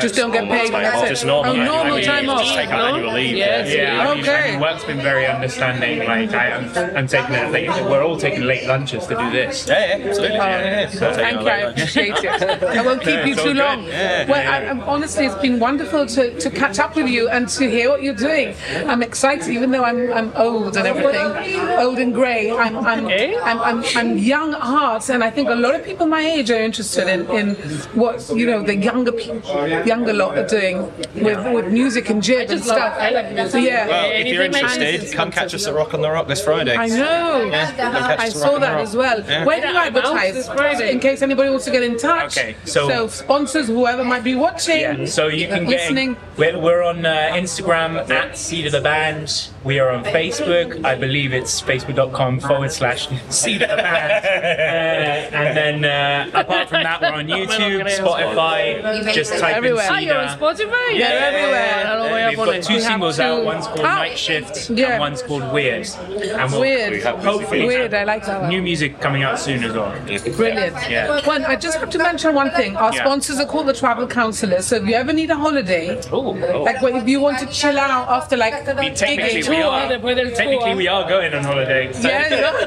Speaker 1: just don't get paid? and that's it?
Speaker 3: Just normal.
Speaker 1: Oh,
Speaker 3: annual
Speaker 1: normal
Speaker 3: leave.
Speaker 1: time off.
Speaker 3: Just take out
Speaker 4: No?
Speaker 3: annual leave.
Speaker 4: Yes.
Speaker 2: Yeah, I mean,
Speaker 1: Okay.
Speaker 2: I mean, work's been very understanding. Like I, I'm, I'm taking a late. We're all taking late lunches to do this.
Speaker 3: Yeah, yeah, absolutely.
Speaker 4: Oh,
Speaker 3: Yeah, yeah, yeah.
Speaker 1: Thank you, I appreciate it. I won't keep you
Speaker 2: it's all
Speaker 1: too
Speaker 2: good.
Speaker 1: long. Well, I, I'm, honestly, it's been wonderful to, to catch up with you and to hear what you're doing. I'm excited, even though I'm, I'm old and everything, old and grey. I'm I'm,
Speaker 4: Eh?
Speaker 1: I'm, I'm I'm young at heart, and I think a lot of people my age are interested in, in what you know the younger people, younger lot are doing with, with music and jib and
Speaker 4: Just love-
Speaker 1: stuff.
Speaker 4: I like music.
Speaker 1: Yeah.
Speaker 3: Well, if
Speaker 4: Anything
Speaker 3: you're
Speaker 4: makes
Speaker 3: interested,
Speaker 4: sense.
Speaker 3: come catch us at Rock on the Rock this Friday.
Speaker 1: I know.
Speaker 3: come catch
Speaker 1: I
Speaker 3: us at
Speaker 1: saw
Speaker 3: Rock on the
Speaker 1: that
Speaker 3: Rock.
Speaker 1: as well. Where do you
Speaker 4: Yeah, I'm out
Speaker 1: advertise?
Speaker 4: this Friday.
Speaker 1: In case anybody wants to get in touch.
Speaker 2: Okay, so-
Speaker 1: sponsors, whoever might be watching.
Speaker 2: Yeah, so you can get.
Speaker 1: listening.
Speaker 2: We're, we're on uh, Instagram at Seed of the Band. We are on Facebook. I believe it's facebook.com forward slash Seed of the Band. Uh, and then uh, apart from that, we're on YouTube, Spotify. Just type
Speaker 1: Everywhere.
Speaker 2: in
Speaker 4: Ah,
Speaker 2: Seed.
Speaker 4: you're on
Speaker 2: uh,
Speaker 4: Spotify.
Speaker 1: They're
Speaker 4: I
Speaker 1: everywhere.
Speaker 4: don't know where
Speaker 2: We've
Speaker 4: I'm on
Speaker 2: got
Speaker 4: it.
Speaker 2: two singles
Speaker 1: to-
Speaker 2: out. One's called
Speaker 1: Ah,
Speaker 2: Night Shift
Speaker 1: yeah.
Speaker 2: and one's called Weird. And we'll
Speaker 1: Weird.
Speaker 2: hopefully
Speaker 1: Weird,
Speaker 2: have
Speaker 1: I like that one.
Speaker 2: new music coming out soon as well.
Speaker 1: Brilliant.
Speaker 2: Yeah.
Speaker 1: Well, I just have to mention one thing. Our
Speaker 2: Yeah.
Speaker 1: sponsors are called the Travel Counselors. So if you ever need a holiday, like when- if you want to chill out after like
Speaker 2: We, technically,
Speaker 1: a
Speaker 2: we
Speaker 1: tour,
Speaker 2: are, technically, we are going on holiday. So-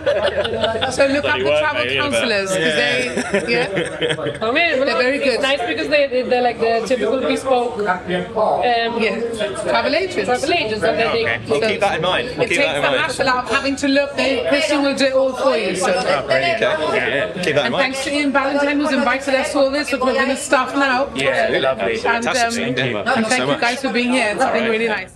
Speaker 1: yeah. so look up
Speaker 5: Bloody
Speaker 1: the
Speaker 5: work,
Speaker 1: Travel
Speaker 5: mate, you know that.
Speaker 1: Counselors because they, yeah.
Speaker 4: Oh, man, well,
Speaker 1: They're very
Speaker 4: it's
Speaker 1: good.
Speaker 4: nice because they, they, they're like the typical bespoke um,
Speaker 1: yeah, travel agents.
Speaker 4: travel agents. And they, they,
Speaker 2: Okay.
Speaker 3: We'll keep that in mind. We'll
Speaker 1: It
Speaker 3: keep
Speaker 1: takes
Speaker 3: that
Speaker 1: the
Speaker 3: in mind.
Speaker 1: hassle out of having to look. They, Christian will do it all for you. So.
Speaker 3: Okay. Yeah. Keep that in
Speaker 1: And
Speaker 3: mind.
Speaker 1: thanks to Ian Valentine who's invited us to all this, which we're going to start now.
Speaker 2: Yeah, lovely.
Speaker 1: And, um,
Speaker 3: Fantastic.
Speaker 1: and
Speaker 3: Thank you.
Speaker 1: thank
Speaker 3: so
Speaker 1: you
Speaker 3: much.
Speaker 1: guys for being here. It's been really nice.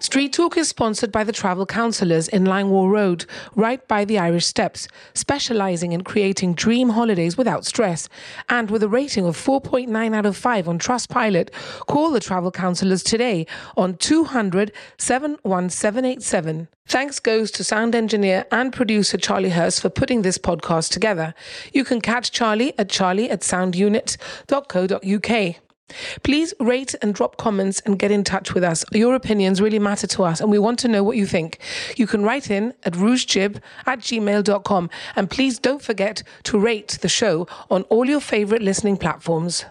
Speaker 1: Street Talk is sponsored by the Travel Counsellors in Langwall Road, right by the Irish Steps, specialising in creating dream holidays without stress. And with a rating of 4.9 out of 5 on Trustpilot, call the Travel Counsellors today on 200 71787. Thanks goes to sound engineer and producer Charlie Hurst for putting this podcast together. You can catch Charlie at charlie at soundunit.co.uk. Please rate and drop comments and get in touch with us. Your opinions really matter to us and we want to know what you think. You can write in at rougejib at gmail.com and please don't forget to rate the show on all your favorite listening platforms.